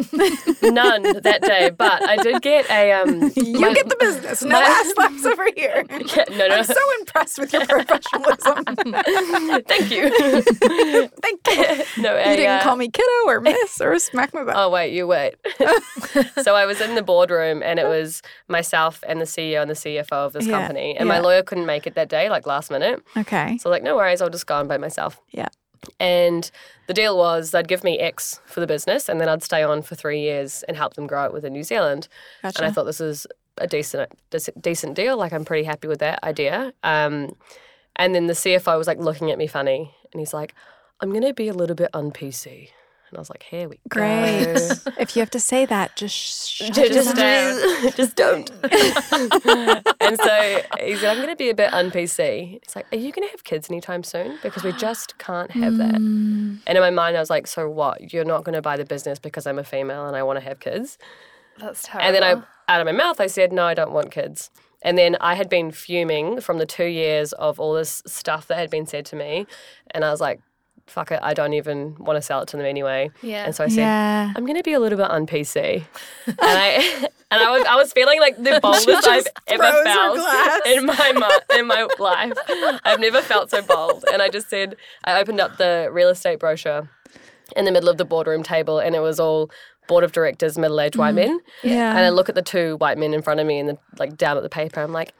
Speaker 3: none that day but i did get a
Speaker 1: (laughs)
Speaker 3: um (laughs)
Speaker 1: You
Speaker 3: my-
Speaker 1: get the business. No
Speaker 3: my-
Speaker 1: ass slaps over here.
Speaker 3: no no
Speaker 1: I'm
Speaker 3: (laughs)
Speaker 1: so impressed with your professionalism.
Speaker 3: thank you
Speaker 1: Thank you.
Speaker 3: (laughs) no uh,
Speaker 1: You didn't call me kiddo
Speaker 3: (laughs)
Speaker 1: or miss or smack my butt.
Speaker 3: Oh wait,
Speaker 1: (laughs)
Speaker 3: you wait. so I was in the boardroom and it was myself and the CEO and the CFO of this
Speaker 1: Yeah,
Speaker 3: company. And my
Speaker 1: yeah.
Speaker 3: lawyer couldn't make it that day, like last minute.
Speaker 1: Okay.
Speaker 3: Oh. So like, no worries, I'll just go on by myself.
Speaker 1: Yeah.
Speaker 3: And the deal was they'd give me X for the business and then I'd stay on for three years and help them grow it within New Zealand.
Speaker 1: Gotcha.
Speaker 3: And I thought this is a decent dec- decent deal. Like I'm pretty happy with that idea. Um, and then the CFO was like looking at me funny and he's like, I'm gonna be a little bit un PC. And I was like, here we
Speaker 1: Great.
Speaker 3: go.
Speaker 1: if you have to say that,
Speaker 3: (laughs)
Speaker 1: just shut
Speaker 3: Ju-
Speaker 1: your
Speaker 3: uh, just,
Speaker 1: mouth.
Speaker 3: don't. (laughs) just don't. and so he said, I'm going to be a bit un PC. It's like, are you going to have kids anytime soon? Because we just can't have that. And in my mind, I was like, so what? You're not going to buy the business because I'm a female and I want to have kids.
Speaker 5: That's terrible.
Speaker 3: And then
Speaker 2: Uh-huh.
Speaker 3: I, (laughs) out of my mouth, I said, no, I don't want kids. And then I had been fuming from the two years of all this stuff that had been said to me. And I was like, fuck it, I don't even want to sell it to them anyway.
Speaker 5: Yeah.
Speaker 3: And so I said,
Speaker 4: Yeah.
Speaker 3: I'm gonna be a little bit
Speaker 1: (laughs)
Speaker 3: on PC, and I and I was I was feeling like the boldest I've ever
Speaker 1: throws her
Speaker 3: felt
Speaker 1: glass.
Speaker 3: in my mu- in my life. I've never felt so bold, and I just said I opened up the real estate brochure in the middle of the boardroom table, and it was all board of directors, middle aged white men.
Speaker 1: Mm-hmm. Yeah.
Speaker 3: And I look at the two white men in front of me and the, like down at the paper, I'm like,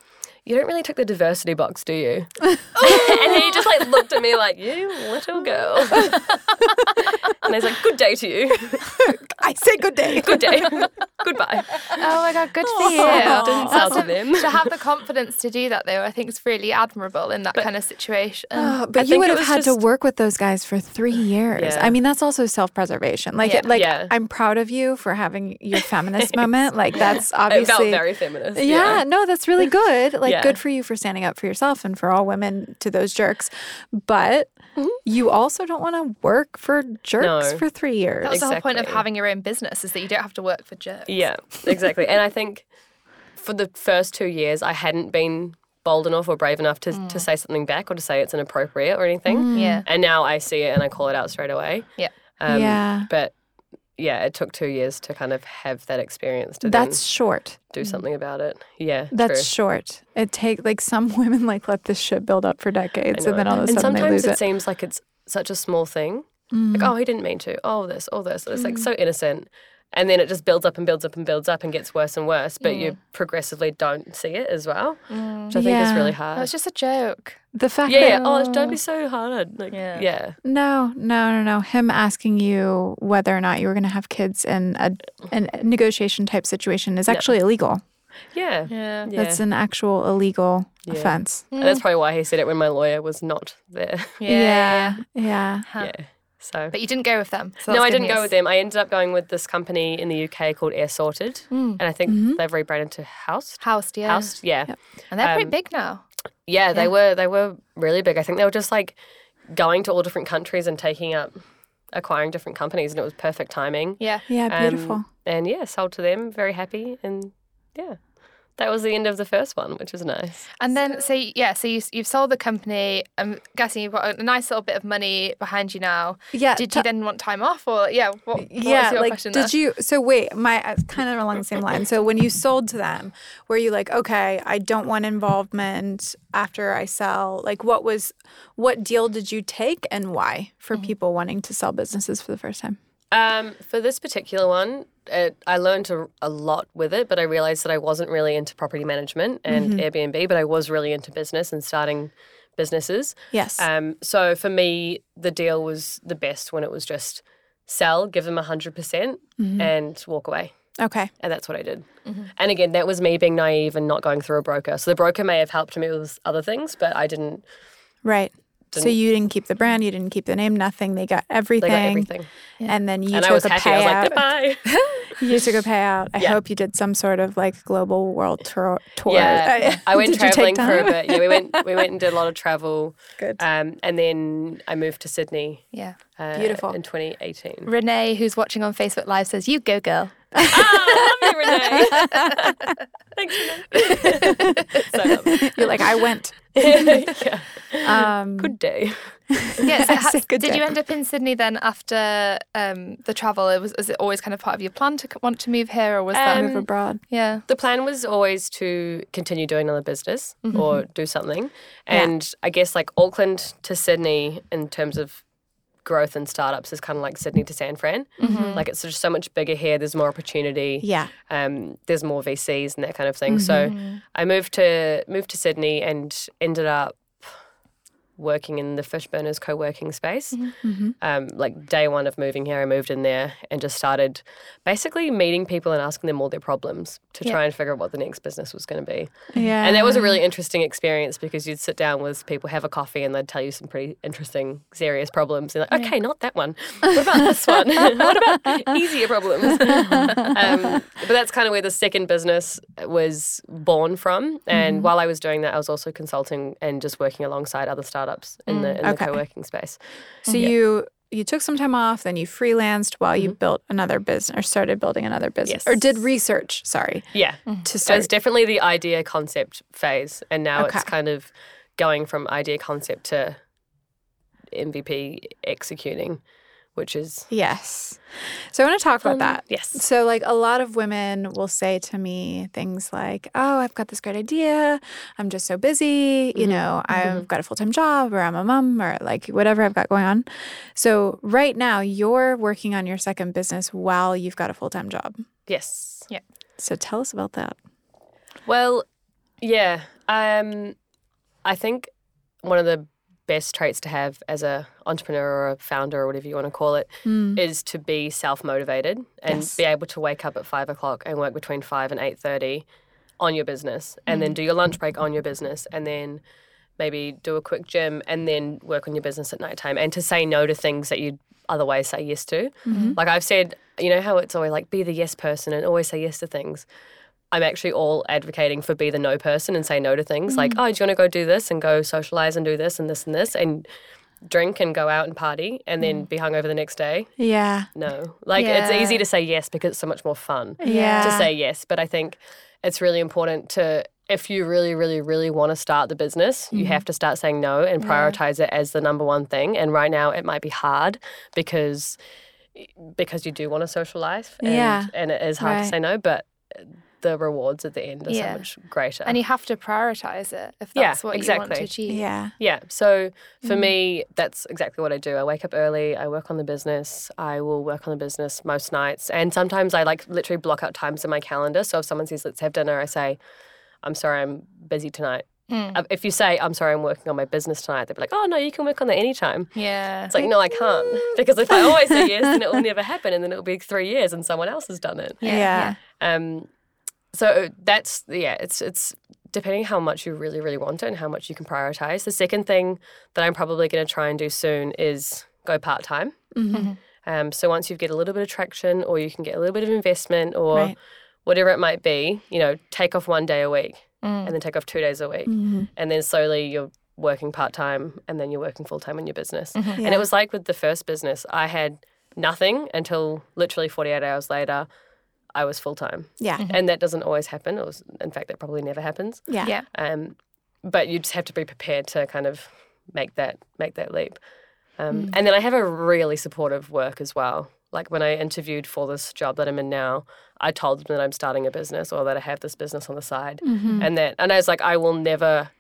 Speaker 3: you don't really tick the diversity box,
Speaker 1: (laughs)
Speaker 3: do you? and he just like looked at me like, you little girl.
Speaker 1: (laughs)
Speaker 3: and he's like, good day to you.
Speaker 1: I say good day.
Speaker 3: Good day. (laughs) Goodbye.
Speaker 2: Oh my god, good for you.
Speaker 3: Yeah, (laughs) didn't sell
Speaker 2: That's
Speaker 3: to
Speaker 2: a-
Speaker 3: them.
Speaker 2: to have the confidence to do that though, I think is really admirable in that kind of situation.
Speaker 1: Oh,
Speaker 3: I
Speaker 1: but you
Speaker 3: think
Speaker 1: would
Speaker 3: it
Speaker 1: have
Speaker 3: was
Speaker 1: had to
Speaker 3: just-
Speaker 1: work with those guys for three years.
Speaker 3: Yeah.
Speaker 1: I mean, that's also self preservation. Like,
Speaker 2: Yeah.
Speaker 1: it, like
Speaker 3: Yeah.
Speaker 1: I'm proud of you for having your
Speaker 3: (laughs)
Speaker 1: feminist moment. Like, that's
Speaker 3: It felt
Speaker 1: obviously.
Speaker 3: very feminist.
Speaker 1: yeah, no, that's really
Speaker 3: (laughs)
Speaker 1: good. Like,
Speaker 3: Yeah.
Speaker 1: good for you for standing up for yourself and for all women to those jerks. But you also don't want to work for jerks
Speaker 3: Mm-hmm. No.
Speaker 1: for three years.
Speaker 2: that was the whole point of
Speaker 3: exactly.
Speaker 2: having your own business is that you don't have to work for jerks.
Speaker 3: Yeah, (laughs) exactly. and I think for the first two years, I hadn't been bold enough or brave enough to,
Speaker 1: Mm.
Speaker 3: to say something back or to say it's inappropriate or anything.
Speaker 2: Yeah.
Speaker 3: And now I see it and I call it out straight away.
Speaker 2: Yeah.
Speaker 3: Um,
Speaker 1: Yeah.
Speaker 3: But yeah, it took two years to kind of have that experience to
Speaker 1: that's short.
Speaker 3: then do something about it. Yeah,
Speaker 1: That's
Speaker 3: true.
Speaker 1: short. It take like some (laughs) women like let this shit build up for decades,
Speaker 3: I
Speaker 1: and then
Speaker 3: know.
Speaker 1: all of a
Speaker 3: and
Speaker 1: sudden they
Speaker 3: sometimes
Speaker 1: lose
Speaker 3: it,
Speaker 1: it.
Speaker 3: seems like it's such a small thing. Like, oh, he didn't mean to. Oh, this, oh, this. It's like so innocent. And then it just builds up and builds up and builds up and gets worse and worse, but you progressively don't see it as well, which I think
Speaker 1: Yeah.
Speaker 3: is really
Speaker 2: Oh,
Speaker 3: hard.
Speaker 2: it's just a joke.
Speaker 1: The fact
Speaker 3: yeah,
Speaker 1: that
Speaker 3: yeah. Oh, don't be so hard. Like,
Speaker 2: Yeah.
Speaker 3: yeah.
Speaker 1: No, no, no, no. Him asking you whether or not you were going to have kids in a, an a negotiation type situation is actually illegal.
Speaker 3: Yeah.
Speaker 2: Yeah.
Speaker 3: Yeah.
Speaker 1: That's an actual illegal offense.
Speaker 3: And that's probably why he said it when my lawyer was not there. (laughs)
Speaker 2: Yeah.
Speaker 1: Yeah. Yeah.
Speaker 3: yeah. So.
Speaker 2: But you didn't go with them. So
Speaker 3: no,
Speaker 2: that's
Speaker 3: I
Speaker 2: good
Speaker 3: didn't go
Speaker 2: news.
Speaker 3: with them. I ended up going with this company in the UK called Air Sorted, and I think they've rebranded to Housed.
Speaker 2: Housed, yeah.
Speaker 3: Housed, yeah.
Speaker 2: And they're pretty
Speaker 3: Um,
Speaker 2: big now.
Speaker 3: Yeah, they were they were really big. I think they were just like going to all different countries and taking up acquiring different companies and it was perfect timing.
Speaker 2: Yeah.
Speaker 1: Yeah.
Speaker 3: Um,
Speaker 1: Beautiful.
Speaker 3: and yeah, sold to them, very happy and yeah. That was the end of the first one, which is nice.
Speaker 2: And then, so yeah, so you, you've sold the company. I'm guessing you've got a nice little bit of money behind you now.
Speaker 1: Yeah,
Speaker 2: Did
Speaker 1: ta-
Speaker 2: you then want time off, or yeah? What, what
Speaker 1: yeah.
Speaker 2: was your
Speaker 1: like,
Speaker 2: question
Speaker 1: did you? So wait, my uh, kind of along the same line. So when you sold to them, were you like, okay, I don't want involvement after I sell? Like, what was, what deal did you take, and why for people wanting to sell businesses for the first time?
Speaker 3: Um, for this particular one, it, I learned a, a lot with it, but I realized that I wasn't really into property management and
Speaker 1: Mm-hmm.
Speaker 3: Airbnb, but I was really into business and starting businesses.
Speaker 1: Yes.
Speaker 3: Um, so for me, the deal was the best when it was just sell, give them 100% percent
Speaker 1: Mm-hmm.
Speaker 3: and walk away.
Speaker 1: okay.
Speaker 3: And that's what I did.
Speaker 1: Mm-hmm.
Speaker 3: And again, that was me being naive and not going through a broker. So the broker may have helped me with other things, but I didn't.
Speaker 1: Right. So you didn't keep the brand, you didn't keep the name, nothing. They got everything.
Speaker 3: They got everything.
Speaker 1: And then you
Speaker 3: and
Speaker 1: took
Speaker 3: I was
Speaker 1: a
Speaker 3: happy.
Speaker 1: payout.
Speaker 3: I was like, goodbye.
Speaker 1: (laughs) you took a payout. I
Speaker 3: Yeah.
Speaker 1: hope you did some sort of like global world tour. tour. (laughs)
Speaker 3: Yeah, I went
Speaker 1: uh, Did you take
Speaker 3: traveling for a
Speaker 1: time?
Speaker 3: bit. Yeah, we went we went and did a lot of travel.
Speaker 1: Good.
Speaker 3: Um, and then I moved to Sydney.
Speaker 2: yeah.
Speaker 3: Uh,
Speaker 1: Beautiful.
Speaker 3: In 2018.
Speaker 2: Renee, who's watching on Facebook Live, says, "You go, girl."
Speaker 3: oh, love you, Renee. (laughs) Thanks, Renee. (laughs) so, lovely.
Speaker 1: You're like, I
Speaker 3: (laughs)
Speaker 1: went.
Speaker 3: yeah,
Speaker 1: Um,
Speaker 3: good day.
Speaker 2: (laughs) Yeah. So
Speaker 1: I
Speaker 2: ha-
Speaker 1: said good
Speaker 2: did you
Speaker 1: day.
Speaker 2: end up in Sydney then after um, the travel? It was is it always kind of part of your plan to c- want to move here, or was that
Speaker 1: move abroad.
Speaker 2: yeah?
Speaker 3: The plan was always to continue doing another business or do something. And I guess like Auckland to Sydney in terms of growth and startups is kind of like Sydney to San Fran. Like it's just so much bigger here. There's more opportunity.
Speaker 1: Yeah.
Speaker 3: um, there's more VCs and that kind of thing. So I moved to moved to Sydney and ended up working in the Fishburners co-working space. Um, like day one of moving here, I moved in there and just started basically meeting people and asking them all their problems to try and figure out what the next business was going to be.
Speaker 1: Yeah.
Speaker 3: And that was a really interesting experience because you'd sit down with people, have a coffee, and they'd tell you some pretty interesting, serious problems. And like, okay, not that one. What about this one? (laughs) what about easier problems? um, but that's kind of where the second business was born from. And while I was doing that, I was also consulting and just working alongside other startups in the in
Speaker 1: okay.
Speaker 3: the co-working space.
Speaker 1: so you you took some time off, then you freelanced while you built another business or started building another business or
Speaker 3: Mm-hmm. Yes.
Speaker 1: did research. Sorry.
Speaker 3: Yeah.
Speaker 1: To
Speaker 3: So it's
Speaker 1: start.
Speaker 3: definitely the idea concept phase, and now
Speaker 1: Okay.
Speaker 3: it's kind of going from idea concept to MVP executing, which is
Speaker 1: Yes. So I want to talk
Speaker 3: Um,
Speaker 1: about that.
Speaker 3: yes.
Speaker 1: So, like, a lot of women will say to me things like, Oh, I've got this great idea. I'm just so busy. You know, I've got a full time job or I'm a mom or like whatever I've got going on. So, right now, you're working on your second business while you've got a full time job.
Speaker 3: yes.
Speaker 1: So, tell us about that.
Speaker 3: Well, yeah. Um, I think one of the best traits to have as a entrepreneur or a founder or whatever you want to call it is to be self motivated and
Speaker 1: Yes.
Speaker 3: be able to wake up at five o'clock and work between five and eight thirty on your business, and then do your lunch break on your business, and then maybe do a quick gym and then work on your business at nighttime and to say no to things that you'd otherwise say yes to.
Speaker 1: Mm-hmm.
Speaker 3: Like I've said, you know how it's always like be the yes person and always say yes to things. I'm actually all advocating for be the no person and say no to things like, oh, do you want to go do this and go socialize and do this and this and this and drink and go out and party and then be hungover the next day?
Speaker 1: Yeah.
Speaker 3: No. Like it's easy to say yes because it's so much more fun
Speaker 1: Yeah.
Speaker 3: to say yes. But I think it's really important to, if you really, really, really want to start the business, you
Speaker 1: Mm-hmm.
Speaker 3: have to start saying no and prioritize it as the number one thing. And right now, it might be hard because because you do want to socialize. And,
Speaker 1: Yeah.
Speaker 3: and it is hard to
Speaker 1: Right.
Speaker 3: say no, but the rewards at the end are
Speaker 2: Yeah.
Speaker 3: so much greater.
Speaker 2: And you have to prioritize it if
Speaker 3: Yeah,
Speaker 2: that's what you want
Speaker 3: exactly.
Speaker 2: to achieve.
Speaker 1: Yeah.
Speaker 3: Yeah. So for me, that's exactly what I do. I wake up early, I work on the business, I will work on the business most nights. And sometimes I like literally block out times in my calendar. So if someone says, let's have dinner, I say, I'm sorry, I'm busy tonight.
Speaker 2: Hmm.
Speaker 3: Uh, If you say, I'm sorry, I'm working on my business tonight, they'll be like, oh, no, you can work on that anytime.
Speaker 2: Yeah.
Speaker 3: It's like, no, I can't. (laughs) Because if I always say yes, then it will never happen. And then it'll be three years and someone else has done it.
Speaker 1: Yeah.
Speaker 3: Um, so that's yeah, it's it's depending how much you really really want it and how much you can prioritize. The second thing that I'm probably going to try and do soon is go part time.
Speaker 1: Mhm.
Speaker 3: Um, so once you get a little bit of traction, or you can get a little bit of investment, or
Speaker 1: Right.
Speaker 3: whatever it might be, you know, take off one day a week,
Speaker 1: Mm.
Speaker 2: Hmm.
Speaker 3: and then take off two days a week,
Speaker 1: Mhm.
Speaker 3: and then slowly you're working part time, and then you're working full time on your business. And
Speaker 1: Mm. Yeah.
Speaker 3: it was like with the first business, I had nothing until literally 48 hours later, I was full time
Speaker 1: Yeah.
Speaker 3: and that doesn't always happen. Or s- in fact, that probably never happens.
Speaker 1: Yeah.
Speaker 2: Yeah.
Speaker 3: Um, but you just have to be prepared to kind of make that make that leap. Um,
Speaker 1: Mm.
Speaker 3: And then I have a really supportive work as well. Like when I interviewed for this job that I'm in now, I told them that I'm starting a business or that I have this business on the side,
Speaker 1: Mm-hmm. Mm.
Speaker 3: and that and I was like, I will never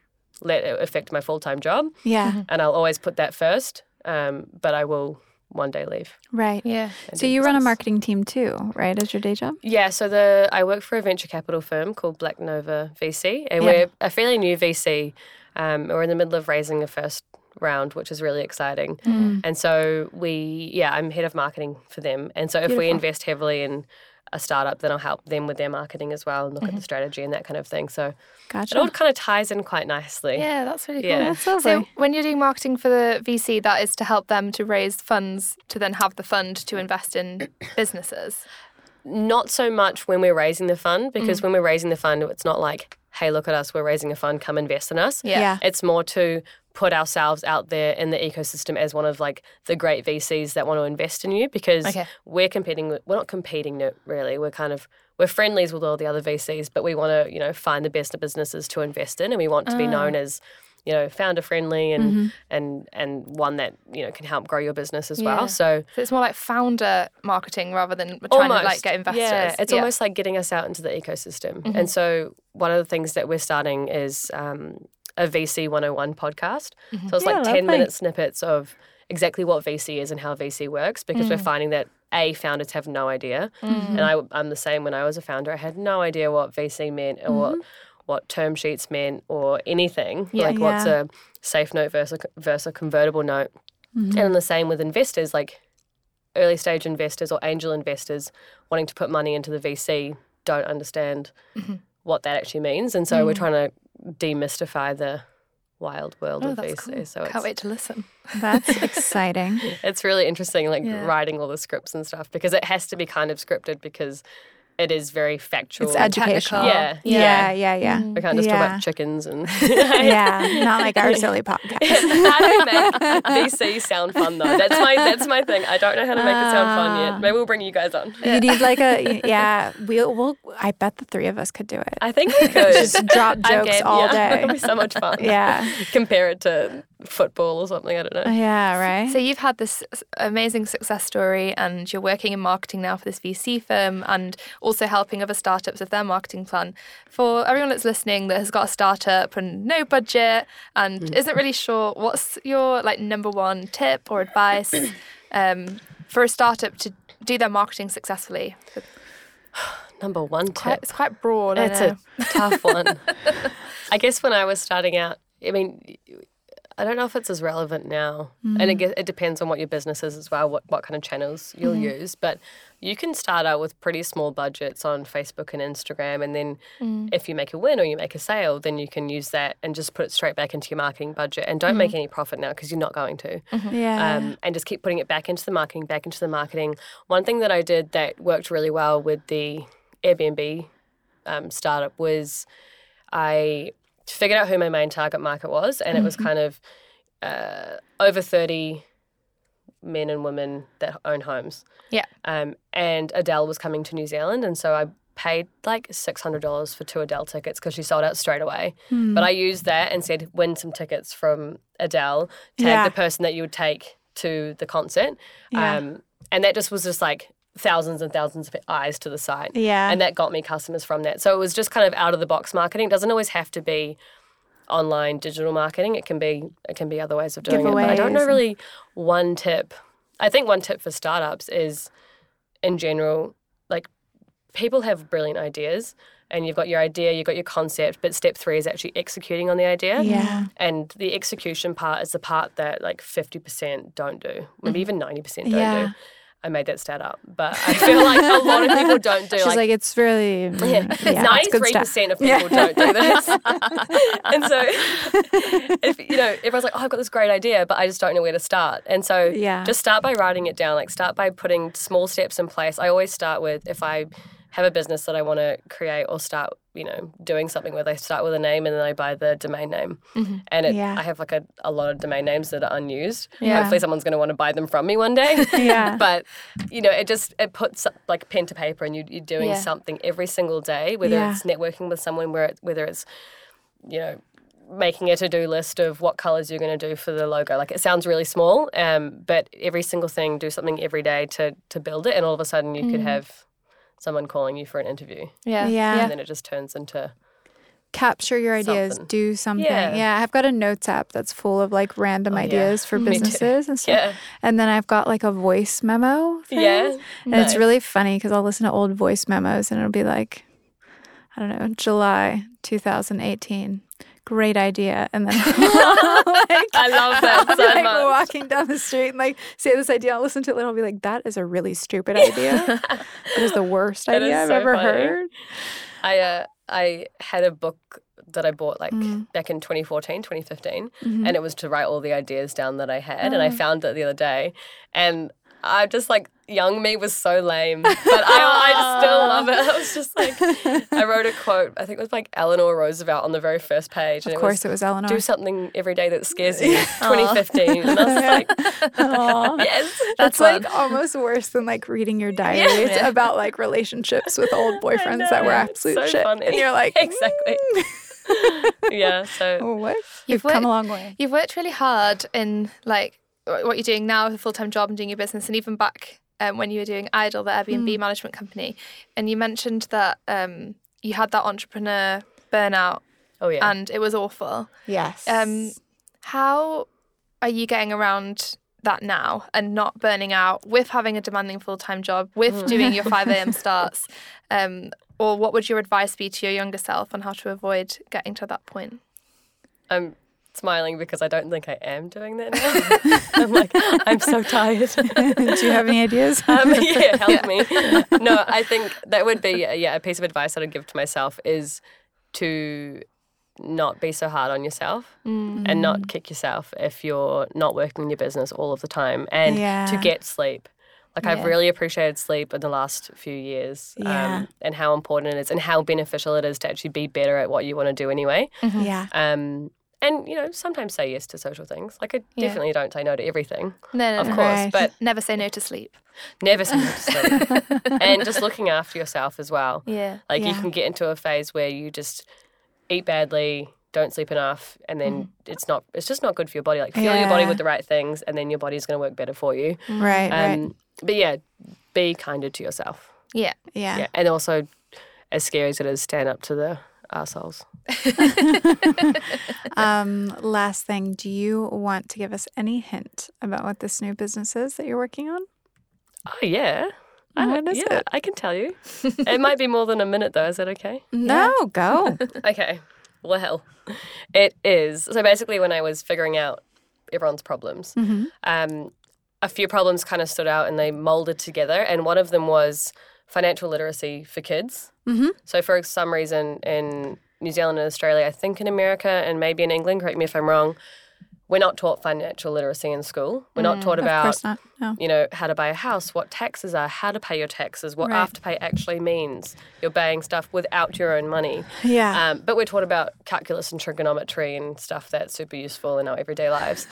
Speaker 3: let it affect my full time job,
Speaker 1: Yeah.
Speaker 3: and I'll always put that first. Um, but I will one day leave.
Speaker 1: Right.
Speaker 2: Yeah.
Speaker 3: and
Speaker 1: So,
Speaker 3: do
Speaker 1: you run a
Speaker 3: business.
Speaker 1: marketing team too, right? As your day job?
Speaker 3: Yeah, so the I work for a venture capital firm called Black Nova VC, and
Speaker 1: Yeah.
Speaker 3: we're a fairly new VC. Um, we're in the middle of raising a first round, which is really exciting. And so we, yeah, I'm head of marketing for them. And so if we invest heavily in a startup, then I'll help them with their marketing as well and look at the strategy and that kind of thing. So it
Speaker 1: Gotcha.
Speaker 3: all kind of ties in quite nicely.
Speaker 2: Yeah, that's really cool.
Speaker 3: Yeah.
Speaker 1: That's lovely.
Speaker 2: So when you're doing marketing for the VC, that is to help them to raise funds to then have the fund to invest
Speaker 1: (coughs)
Speaker 2: in businesses.
Speaker 3: Not so much when we're raising the fund, because when we're raising the fund, it's not like, hey, look at us, we're raising a fund, come invest in us.
Speaker 2: Yeah.
Speaker 1: yeah.
Speaker 3: It's more to put ourselves out there in the ecosystem as one of like the great VCs that want to invest in you because
Speaker 2: Okay.
Speaker 3: we're competing. With, we're not competing no- really. We're kind of we're friendlies with all the other VCs, but we want to you know find the best businesses to invest in, and we want to be
Speaker 2: Ah.
Speaker 3: known as you know founder friendly and
Speaker 2: Mm-hmm.
Speaker 3: and and one that you know can help grow your business as
Speaker 2: Yeah.
Speaker 3: well. So.
Speaker 2: So it's more like founder marketing rather than we're trying to like get investors. Mm-hmm.
Speaker 3: Yeah, it's almost like getting us out into the ecosystem. And so one of the things that we're starting is um, a VC 101 podcast.
Speaker 2: Mm-hmm.
Speaker 3: So it's
Speaker 1: Yeah,
Speaker 3: like 10
Speaker 1: lovely.
Speaker 3: minute snippets of exactly what VC is and how VC works because
Speaker 2: Mm.
Speaker 3: we're finding that A, founders have no idea. And I, I'm the same when I was a founder. I had no idea what VC meant or
Speaker 2: Mm-hmm.
Speaker 3: what what term sheets meant or anything. Like what's
Speaker 1: Yeah.
Speaker 3: a safe note versus, versus a convertible note.
Speaker 1: Mm-hmm. Mm.
Speaker 3: And the same with investors, like early stage investors or angel investors wanting to put money into the VC don't understand
Speaker 1: Mm-hmm.
Speaker 3: what that actually means. And so
Speaker 1: Mm.
Speaker 3: we're trying to demystify the wild world
Speaker 2: Oh,
Speaker 3: of
Speaker 2: that's
Speaker 3: VC.
Speaker 2: cool.
Speaker 3: So
Speaker 2: Can't
Speaker 3: it's,
Speaker 2: wait to listen.
Speaker 1: That's exciting.
Speaker 3: it's really interesting, like writing all the scripts and stuff, because it has to be kind of scripted because it is very factual.
Speaker 1: It's educational.
Speaker 3: Yeah.
Speaker 1: Yeah, yeah, yeah.
Speaker 2: Mm.
Speaker 3: We can't just talk
Speaker 1: Yeah.
Speaker 3: about chickens and
Speaker 1: (laughs)
Speaker 3: (laughs)
Speaker 1: Yeah, not like our silly podcast. (laughs)
Speaker 3: how do we make VC sound fun though? That's my that's my thing. I don't know how to make it sound fun
Speaker 1: Ah.
Speaker 3: yet. Maybe we'll bring you guys on.
Speaker 1: You need like a yeah. We'll, we'll. I bet the three of us could do it.
Speaker 3: I think we could.
Speaker 1: Just drop
Speaker 3: I'm
Speaker 1: jokes
Speaker 3: game,
Speaker 1: all
Speaker 3: yeah. (laughs) It'll
Speaker 1: day.
Speaker 3: be so much fun.
Speaker 1: Yeah.
Speaker 3: Compare it to football or something. I don't know.
Speaker 4: Yeah, right?
Speaker 2: So you've had this s- amazing success story, and you're working in marketing now for this VC firm, and also helping other startups with their marketing plan. For everyone that's listening that has got a startup and no budget and isn't really sure, what's your like number one tip or advice um, for a startup to do their marketing successfully?
Speaker 3: Number one tip.
Speaker 2: Quite, it's quite broad. I
Speaker 3: That's
Speaker 2: know.
Speaker 3: a
Speaker 2: (laughs)
Speaker 3: tough one. I guess when I was starting out, I mean, I don't know if it's as relevant now, and it,
Speaker 2: Mm.
Speaker 3: ge- it depends on what your business is as well, what what kind of channels you'll
Speaker 2: Mm-hmm.
Speaker 3: use. But you can start out with pretty small budgets on Facebook and Instagram, and then
Speaker 2: Mm.
Speaker 3: if you make a win or you make a sale, then you can use that and just put it straight back into your marketing budget, and
Speaker 2: Mm-hmm.
Speaker 3: don't make any profit now because you're not going to
Speaker 4: yeah.
Speaker 3: um, and just keep putting it back into the marketing, back into the marketing. One thing that I did that worked really well with the Airbnb um, startup was I figured out who my main target market was, and it was kind of uh, over 30 men and women that own homes.
Speaker 2: Yeah.
Speaker 3: Um, and Adele was coming to New Zealand, and so I paid like $600 for two Adele tickets because she sold out straight away. But I used that and said, win some tickets from Adele, tag
Speaker 4: Yeah.
Speaker 3: the person that you would take to the concert.
Speaker 4: Yeah.
Speaker 3: Um, and that just was just like thousands and thousands of eyes to the site.
Speaker 4: Yeah.
Speaker 3: And that got me customers from that. So it was just kind of out of the box marketing. It doesn't always have to be online digital marketing. It can be it can be other ways of doing it. But I don't know
Speaker 4: Giveaways.
Speaker 3: really one tip. I think one tip for startups is in general, like people have brilliant ideas and you've got your idea, you've got your concept, but step three is actually executing on the idea.
Speaker 4: Yeah.
Speaker 3: And the execution part is the part that like 50% don't do, maybe even 90% don't
Speaker 4: Mm-hmm. Yeah.
Speaker 3: do. I made that stat up, but I feel like a lot of people don't
Speaker 4: (laughs)
Speaker 3: do
Speaker 4: She's like,
Speaker 3: like
Speaker 4: it's really.
Speaker 3: (laughs) yeah,
Speaker 4: mm, yeah, it's
Speaker 3: it's
Speaker 4: good
Speaker 3: ninety-three
Speaker 4: stuff.
Speaker 3: percent of people don't
Speaker 4: (laughs)
Speaker 3: do this, and so (laughs)
Speaker 1: (laughs)
Speaker 3: if you know, everyone's like, "Oh, I've got this great idea, but I just don't know where to start." And so,
Speaker 4: Yeah.
Speaker 3: just (laughs) start by writing it down. Like, start by putting small steps in place. I always start with if I have a business that I want to create or start, you know, doing something with. I start with a name and then I buy the domain name, and it,
Speaker 4: Mm-hmm. Yeah.
Speaker 3: I have like a, a lot of domain names that are unused.
Speaker 4: Yeah.
Speaker 3: Hopefully, someone's going to want to buy them from me one
Speaker 4: (laughs)
Speaker 3: day.
Speaker 4: Yeah.
Speaker 3: but you know, it just it puts like pen to paper, and you, you're doing
Speaker 2: Yeah.
Speaker 3: something every single day, whether
Speaker 4: Yeah.
Speaker 3: it's networking with someone, where it, whether it's you know making a to-do list of what colors you're going to do for the logo. Like it sounds really small, um, but every single thing, do something every day to to build it, and all of a sudden you could have someone calling you for an interview,
Speaker 2: yeah.
Speaker 4: Yeah.
Speaker 3: and then it just turns into
Speaker 1: Capture your ideas,
Speaker 3: Something.
Speaker 1: do something.
Speaker 3: Yeah. Oh,
Speaker 1: Yeah. I've got a notes app that's full of like random
Speaker 3: yeah.
Speaker 1: ideas
Speaker 3: (laughs)
Speaker 1: for businesses and stuff.
Speaker 3: yeah,
Speaker 1: And then I've got like a voice memo. Thing.
Speaker 3: (laughs) yeah.
Speaker 1: And it's really funny because I'll listen to old voice memos and it'll be like, I don't know, July 2018. Great idea. And then (laughs) like,
Speaker 3: (laughs) I love
Speaker 1: (laughs)
Speaker 3: that so
Speaker 1: like
Speaker 3: much.
Speaker 1: walking down the street and like say this idea, I'll listen to it and I'll be like, that is a really stupid
Speaker 3: (laughs)
Speaker 1: idea. it is the worst
Speaker 3: That is
Speaker 1: idea I've
Speaker 3: so
Speaker 1: ever
Speaker 3: funny.
Speaker 1: heard.
Speaker 3: I uh, I had a book that I bought like
Speaker 1: Mm.
Speaker 3: back in 2014, 2015,
Speaker 1: Mm-hmm.
Speaker 3: and it was to write all the ideas down that I had,
Speaker 1: Oh.
Speaker 3: and I found it the other day, and I just like young me was so
Speaker 1: (laughs)
Speaker 3: lame, but I, I still love it. (laughs) I was just like, I wrote a quote. I think it was like Eleanor Roosevelt on the very first page. And
Speaker 1: Of
Speaker 3: it
Speaker 1: course,
Speaker 3: was,
Speaker 1: it was Eleanor.
Speaker 3: do something every day
Speaker 1: (laughs)
Speaker 3: that scares you. 2015, and I was like, (laughs) yes,
Speaker 1: That's like almost worse than like reading
Speaker 3: (laughs)
Speaker 1: your diaries about like relationships with old boyfriends that were
Speaker 3: know,
Speaker 1: absolute
Speaker 3: so
Speaker 1: shit.
Speaker 3: funny.
Speaker 1: And you're like,
Speaker 3: (laughs) exactly. (laughs) yeah. So
Speaker 1: (laughs) "Mm, what?
Speaker 2: You've
Speaker 1: You've come
Speaker 2: worked-
Speaker 1: a long way.
Speaker 2: You've worked really hard in like wh- what you're doing now with a full time job and doing your business, and even back um, when you were doing Idle, the Airbnb
Speaker 3: Hmm.
Speaker 2: management company. And you mentioned that um, you had that entrepreneur burnout,
Speaker 3: Oh yeah.
Speaker 2: and it was awful.
Speaker 1: Yes.
Speaker 2: Um, how are you getting around? That now and not burning out with having a demanding full time job, with
Speaker 3: Hmm.
Speaker 2: doing your 5
Speaker 3: (laughs)
Speaker 2: a.m. starts? Um, or what would your advice be to your younger self on how to avoid getting to that point?
Speaker 3: I'm smiling because I don't think I am doing that now. (laughs) I'm like, I'm so
Speaker 4: (laughs)
Speaker 3: tired.
Speaker 1: (laughs) Do you have any (laughs) ideas?
Speaker 3: um, (laughs) yeah, help me. No, I think that would be uh, yeah a piece of advice that I'd give to myself is to not be so hard on yourself and not
Speaker 4: Mm-hmm.
Speaker 3: kick yourself if you're not working in your business all of the time and to
Speaker 4: Yeah.
Speaker 3: get sleep. Like I've really appreciated sleep in the last few years
Speaker 4: Yeah.
Speaker 3: um, and how important it is and how beneficial it is to actually be better at what you want to do anyway.
Speaker 4: Yeah.
Speaker 3: Um, and you know, sometimes say yes to social things. Like I
Speaker 2: Yeah.
Speaker 3: definitely don't say no to everything,
Speaker 2: No, no,
Speaker 3: of
Speaker 2: no.
Speaker 3: course,
Speaker 4: Right.
Speaker 2: (laughs)
Speaker 3: but
Speaker 2: Never say no to sleep.
Speaker 3: never say no to sleep. and just looking after yourself as well.
Speaker 2: Yeah.
Speaker 3: Like you
Speaker 4: Yeah.
Speaker 3: can get into a phase where you just eat badly, don't sleep enough and then it's not it's just not good for your body like fuel your body
Speaker 1: Yeah.
Speaker 3: with the right things and then your body's going to work better for you
Speaker 1: Right, right.
Speaker 3: um, but yeah be kinder to yourself
Speaker 2: Yeah.
Speaker 1: Yeah.
Speaker 3: yeah and also as scary as it is stand up to the assholes
Speaker 1: Um, last thing, do you want to give us any hint about what this new business is that you're working on?
Speaker 3: oh yeah I,
Speaker 1: What is
Speaker 3: yeah, I can tell
Speaker 1: (laughs)
Speaker 3: you. it might be more than a minute though. Is that okay?
Speaker 1: No, (laughs) go.
Speaker 3: Okay. Well, it is. So basically, when I was figuring out everyone's problems,
Speaker 1: Mm-hmm.
Speaker 3: um, a few problems kind of stood out and they molded together. And one of them was financial literacy for kids. Mm-hmm. So, for some reason, in New Zealand and Australia, I think in America and maybe in England, correct me if I'm wrong, we're not taught financial literacy in school. We're not taught
Speaker 1: Mm, of
Speaker 3: about
Speaker 1: course not. No.
Speaker 3: you know, how to buy a house, what taxes are, how to pay your taxes, what
Speaker 1: Right.
Speaker 3: afterpay actually means. You're buying stuff without your own money.
Speaker 1: Yeah.
Speaker 3: Um, but we're taught about calculus and trigonometry and stuff that's super useful in our
Speaker 1: (laughs)
Speaker 3: everyday lives.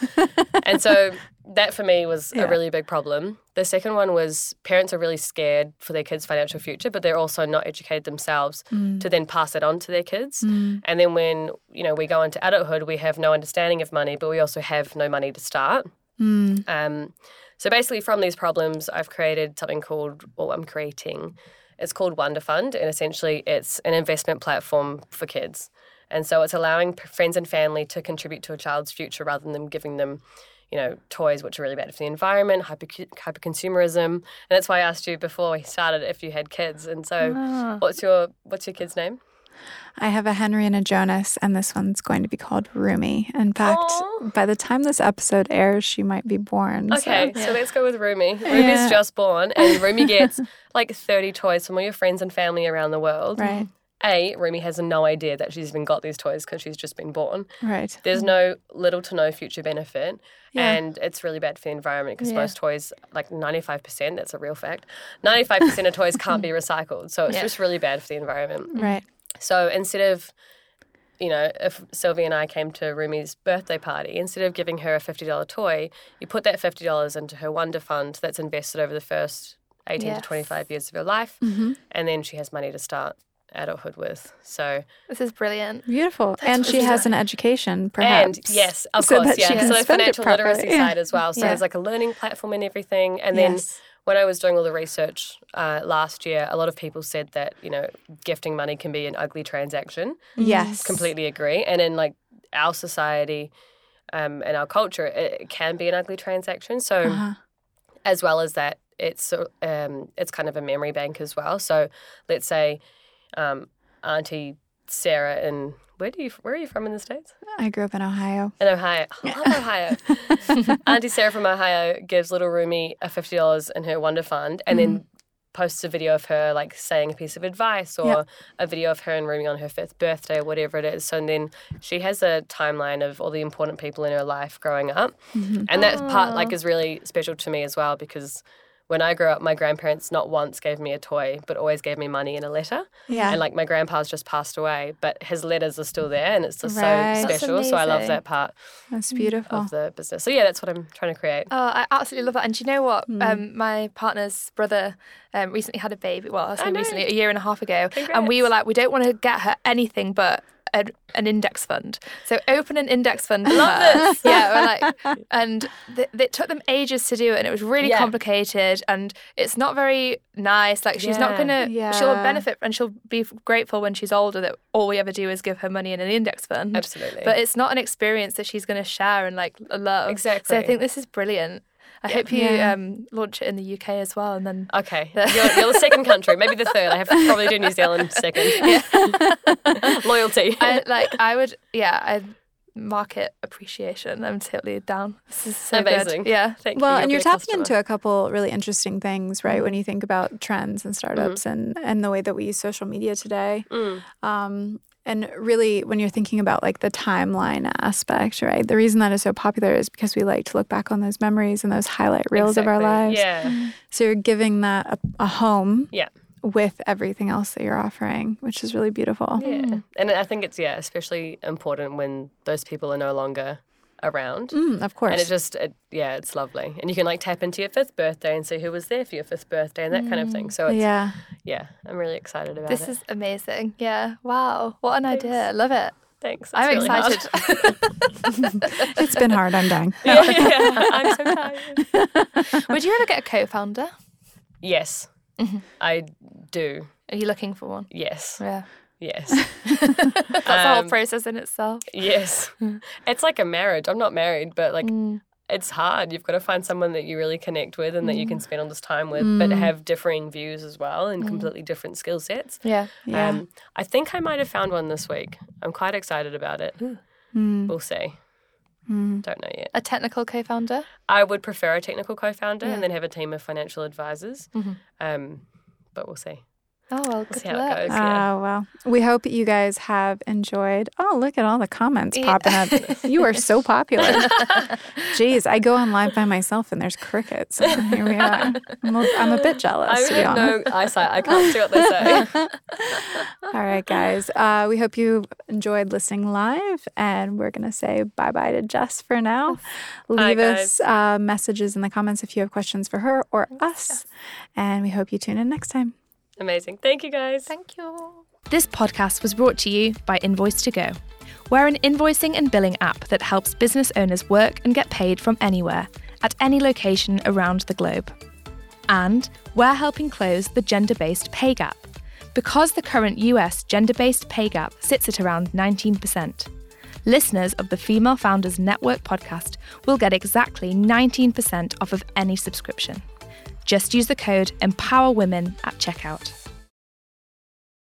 Speaker 3: and so that for me was
Speaker 1: Yeah.
Speaker 3: a really big problem. The second one was parents are really scared for their kids' financial future, but they're also not educated themselves
Speaker 1: Mm.
Speaker 3: to then pass it on to their kids. And then when, you know, we go into adulthood, we have no understanding of money, but we also have no money to start.
Speaker 1: Mm.
Speaker 3: Um, so basically, from these problems, I've created something called, well, I'm creating. It's called Wonder Fund, and essentially, it's an investment platform for kids. And so it's allowing p- friends and family to contribute to a child's future rather than them giving them, you know, toys which are really bad for the environment, hyper consumerism. And that's why I asked you before we started if you had kids. And so,
Speaker 2: Mm.
Speaker 3: what's your what's your kid's name?
Speaker 1: I have a Henry and a Jonas, and this one's going to be called Rumi. In fact, by the time this episode airs, she might be born. so-
Speaker 3: Okay, so let's go with Rumi. Rumi's
Speaker 1: Yeah.
Speaker 3: just born,
Speaker 1: (laughs)
Speaker 3: and Rumi gets like 30 toys from all your friends and family around the world.
Speaker 1: Right,
Speaker 3: A, Rumi has no idea that she's even got these toys because she's just been born.
Speaker 1: right.
Speaker 3: There's no little to no future benefit,
Speaker 1: Mm. Yeah.
Speaker 3: and it's really bad for the environment because most toys, like 95%, that's a real fact, 95% of toys
Speaker 1: (laughs)
Speaker 3: can't be recycled. So it's just really bad for the environment.
Speaker 1: Right.
Speaker 3: So instead of, you know, if Sylvie and I came to Rumi's birthday party, instead of giving her a $50 toy, you put that $50 into her Wonder Fund that's invested over the first 18
Speaker 2: Yes.
Speaker 3: to 25 years of her life. And then she has money to start adulthood with. So,
Speaker 2: This is brilliant.
Speaker 1: Beautiful. and she has an education, perhaps.
Speaker 3: and yes, of
Speaker 1: so
Speaker 3: course,
Speaker 1: that she
Speaker 3: yeah.
Speaker 1: can
Speaker 3: So the
Speaker 1: spend it
Speaker 3: financial
Speaker 1: properly.
Speaker 3: literacy
Speaker 1: Yeah.
Speaker 3: side
Speaker 1: (laughs)
Speaker 3: as well. So there's like a learning platform and everything. And then
Speaker 1: Yes.
Speaker 3: when I was doing all the research uh, last year, a lot of people said that, you know, gifting money can be an ugly transaction.
Speaker 1: Yes.
Speaker 3: Mm-hmm. completely agree. And in like our society um, and our culture, it, it can be an ugly transaction. So,
Speaker 1: Uh-huh.
Speaker 3: as well as that, it's uh, um, it's kind of a memory bank as well. So, let's say um, Auntie Sarah in where do you where are you from in the states?
Speaker 1: I grew up in Ohio.
Speaker 3: In Ohio, (laughs) I love
Speaker 1: (laughs)
Speaker 3: Ohio. Auntie Sarah from Ohio gives little Rumi a fifty dollars in her Wonder Fund, and then
Speaker 1: Mm-hmm.
Speaker 3: posts a video of her like saying a piece of advice or a video of her and Rumi on her fifth birthday or whatever it is. So and then she has a timeline of all the important people in her life growing up,
Speaker 1: Mm-hmm.
Speaker 3: and that part like is really special to me as well because. When I grew up, my grandparents not once gave me a toy, but always gave me money and a letter.
Speaker 1: Yeah.
Speaker 3: And like my grandpa's just passed away, but his letters are still there, and it's just
Speaker 1: Right.
Speaker 3: so
Speaker 1: That's
Speaker 3: special. So I love
Speaker 2: amazing.
Speaker 3: that part
Speaker 1: That's beautiful.
Speaker 3: of the business. So yeah, that's what I'm trying to create.
Speaker 2: Oh, I absolutely love that. And do you know what? Um, my partner's brother um, recently had a baby. Well, I say recently, a year and a half ago. And we were like, we don't want to get her anything but an, an index fund. So open an index fund. I love this. Yeah, we're like, and th- it took them ages to do it, and it was really
Speaker 3: Yeah.
Speaker 2: complicated. And it's not very nice. Like she's not
Speaker 3: Yeah.
Speaker 2: gonna. She'll
Speaker 1: Yeah.
Speaker 2: benefit, and she'll be grateful when she's older that all we ever do is give her money in an index
Speaker 1: (laughs)
Speaker 2: fund.
Speaker 3: Absolutely.
Speaker 2: But it's not an experience that she's going to share and like love. So I
Speaker 3: Exactly.
Speaker 2: think this is brilliant. I hope you
Speaker 1: Yeah.
Speaker 2: um, launch it in the UK as well, and then
Speaker 1: (laughs)
Speaker 3: Okay, you're, you're the second country, maybe the third. I have to probably do New Zealand second. (laughs)
Speaker 1: (laughs)
Speaker 3: Loyalty.
Speaker 2: I, like I would, yeah, I market appreciation. I'm totally down. This is so good.
Speaker 3: Amazing.
Speaker 2: Yeah.
Speaker 3: (laughs) Thank
Speaker 1: Well,
Speaker 3: you.
Speaker 1: and you're
Speaker 3: You'll be a
Speaker 1: tapping
Speaker 3: customer.
Speaker 1: into a couple really interesting things, right? When you think about trends and startups and
Speaker 3: Mm-hmm.
Speaker 1: and the way that we use social media today,
Speaker 3: Mm.
Speaker 1: um, and really when you're thinking about like the timeline aspect, right? The reason that is so popular is because we like to look back on those memories and those highlight reels of our
Speaker 3: Exactly.
Speaker 1: lives. Mm.
Speaker 3: Yeah,
Speaker 1: So you're giving that a, a home
Speaker 3: yeah,
Speaker 1: with everything else that you're offering, which is really beautiful.
Speaker 3: yeah. And I think it's yeah, especially important when those people are no longer around.
Speaker 1: Mm, of course.
Speaker 3: And it just, it, yeah, it's lovely. And you can like tap into your fifth birthday and see who was there for your fifth birthday and that kind of thing. So it's, yeah.
Speaker 1: Mm. yeah.
Speaker 3: I'm really excited about
Speaker 2: This
Speaker 3: it.
Speaker 2: is amazing. Yeah. Wow. What an idea. Love it.
Speaker 3: Thanks.
Speaker 2: I'm
Speaker 3: It's really hard. (laughs)
Speaker 2: excited.
Speaker 1: It's been hard. I'm dying. (laughs)
Speaker 3: yeah, I'm so tired.
Speaker 2: Would you ever get a co-founder?
Speaker 3: Yes,
Speaker 1: Mm-hmm.
Speaker 3: I do.
Speaker 2: Are you looking for one?
Speaker 3: Yes,
Speaker 2: Yeah.
Speaker 1: (laughs)
Speaker 3: yes,
Speaker 2: That's the whole
Speaker 3: Um,
Speaker 2: process in itself.
Speaker 3: yes. It's like a marriage. I'm not married, but
Speaker 1: Mm.
Speaker 3: like
Speaker 2: Mm.
Speaker 3: it's hard. You've got to find someone that you really connect with and that
Speaker 1: Mm.
Speaker 3: you can spend all this time with, but have differing views as well and completely different skill sets.
Speaker 2: Yeah.
Speaker 1: Yeah.
Speaker 3: Um, I think I might have found one this week. I'm quite excited about it.
Speaker 1: Mm.
Speaker 3: We'll see.
Speaker 1: Mm-hmm.
Speaker 3: Don't know yet.
Speaker 2: A technical co-founder?
Speaker 3: I would prefer a technical co-founder
Speaker 2: Yeah.
Speaker 3: and then have a team of financial advisors.
Speaker 1: Mm-hmm.
Speaker 3: Um, but we'll see.
Speaker 2: Oh, well, good
Speaker 3: We'll see how
Speaker 2: luck.
Speaker 3: it goes. yeah.
Speaker 1: Oh, well, we hope you guys have enjoyed. Oh, look at all the comments
Speaker 2: Yeah.
Speaker 1: popping up. You are so popular.
Speaker 3: (laughs)
Speaker 1: Jeez, I go on live by myself and there's
Speaker 3: (laughs)
Speaker 1: crickets. And here we are. I'm a, I'm a bit jealous,
Speaker 3: I
Speaker 1: to be
Speaker 3: really have
Speaker 1: honest.
Speaker 3: no eyesight. I can't see what
Speaker 1: (laughs)
Speaker 3: they say.
Speaker 1: All right, guys. Uh, we hope you enjoyed listening live, and we're gonna say bye bye to Jess for now. Leave us uh, messages in the comments if you have questions for her or us, and we hope you tune in next time.
Speaker 3: Amazing. Thank you, guys.
Speaker 2: Thank you.
Speaker 6: This podcast was brought to you by Invoice2go. We're an invoicing and billing app that helps business owners work and get paid from anywhere, at any location around the globe. And we're helping close the gender based pay gap, because the current US gender based pay gap sits at around 19%. Listeners of the Female Founders Network podcast will get exactly 19% off of any subscription. Just use the code EMPOWERWOMEN at checkout.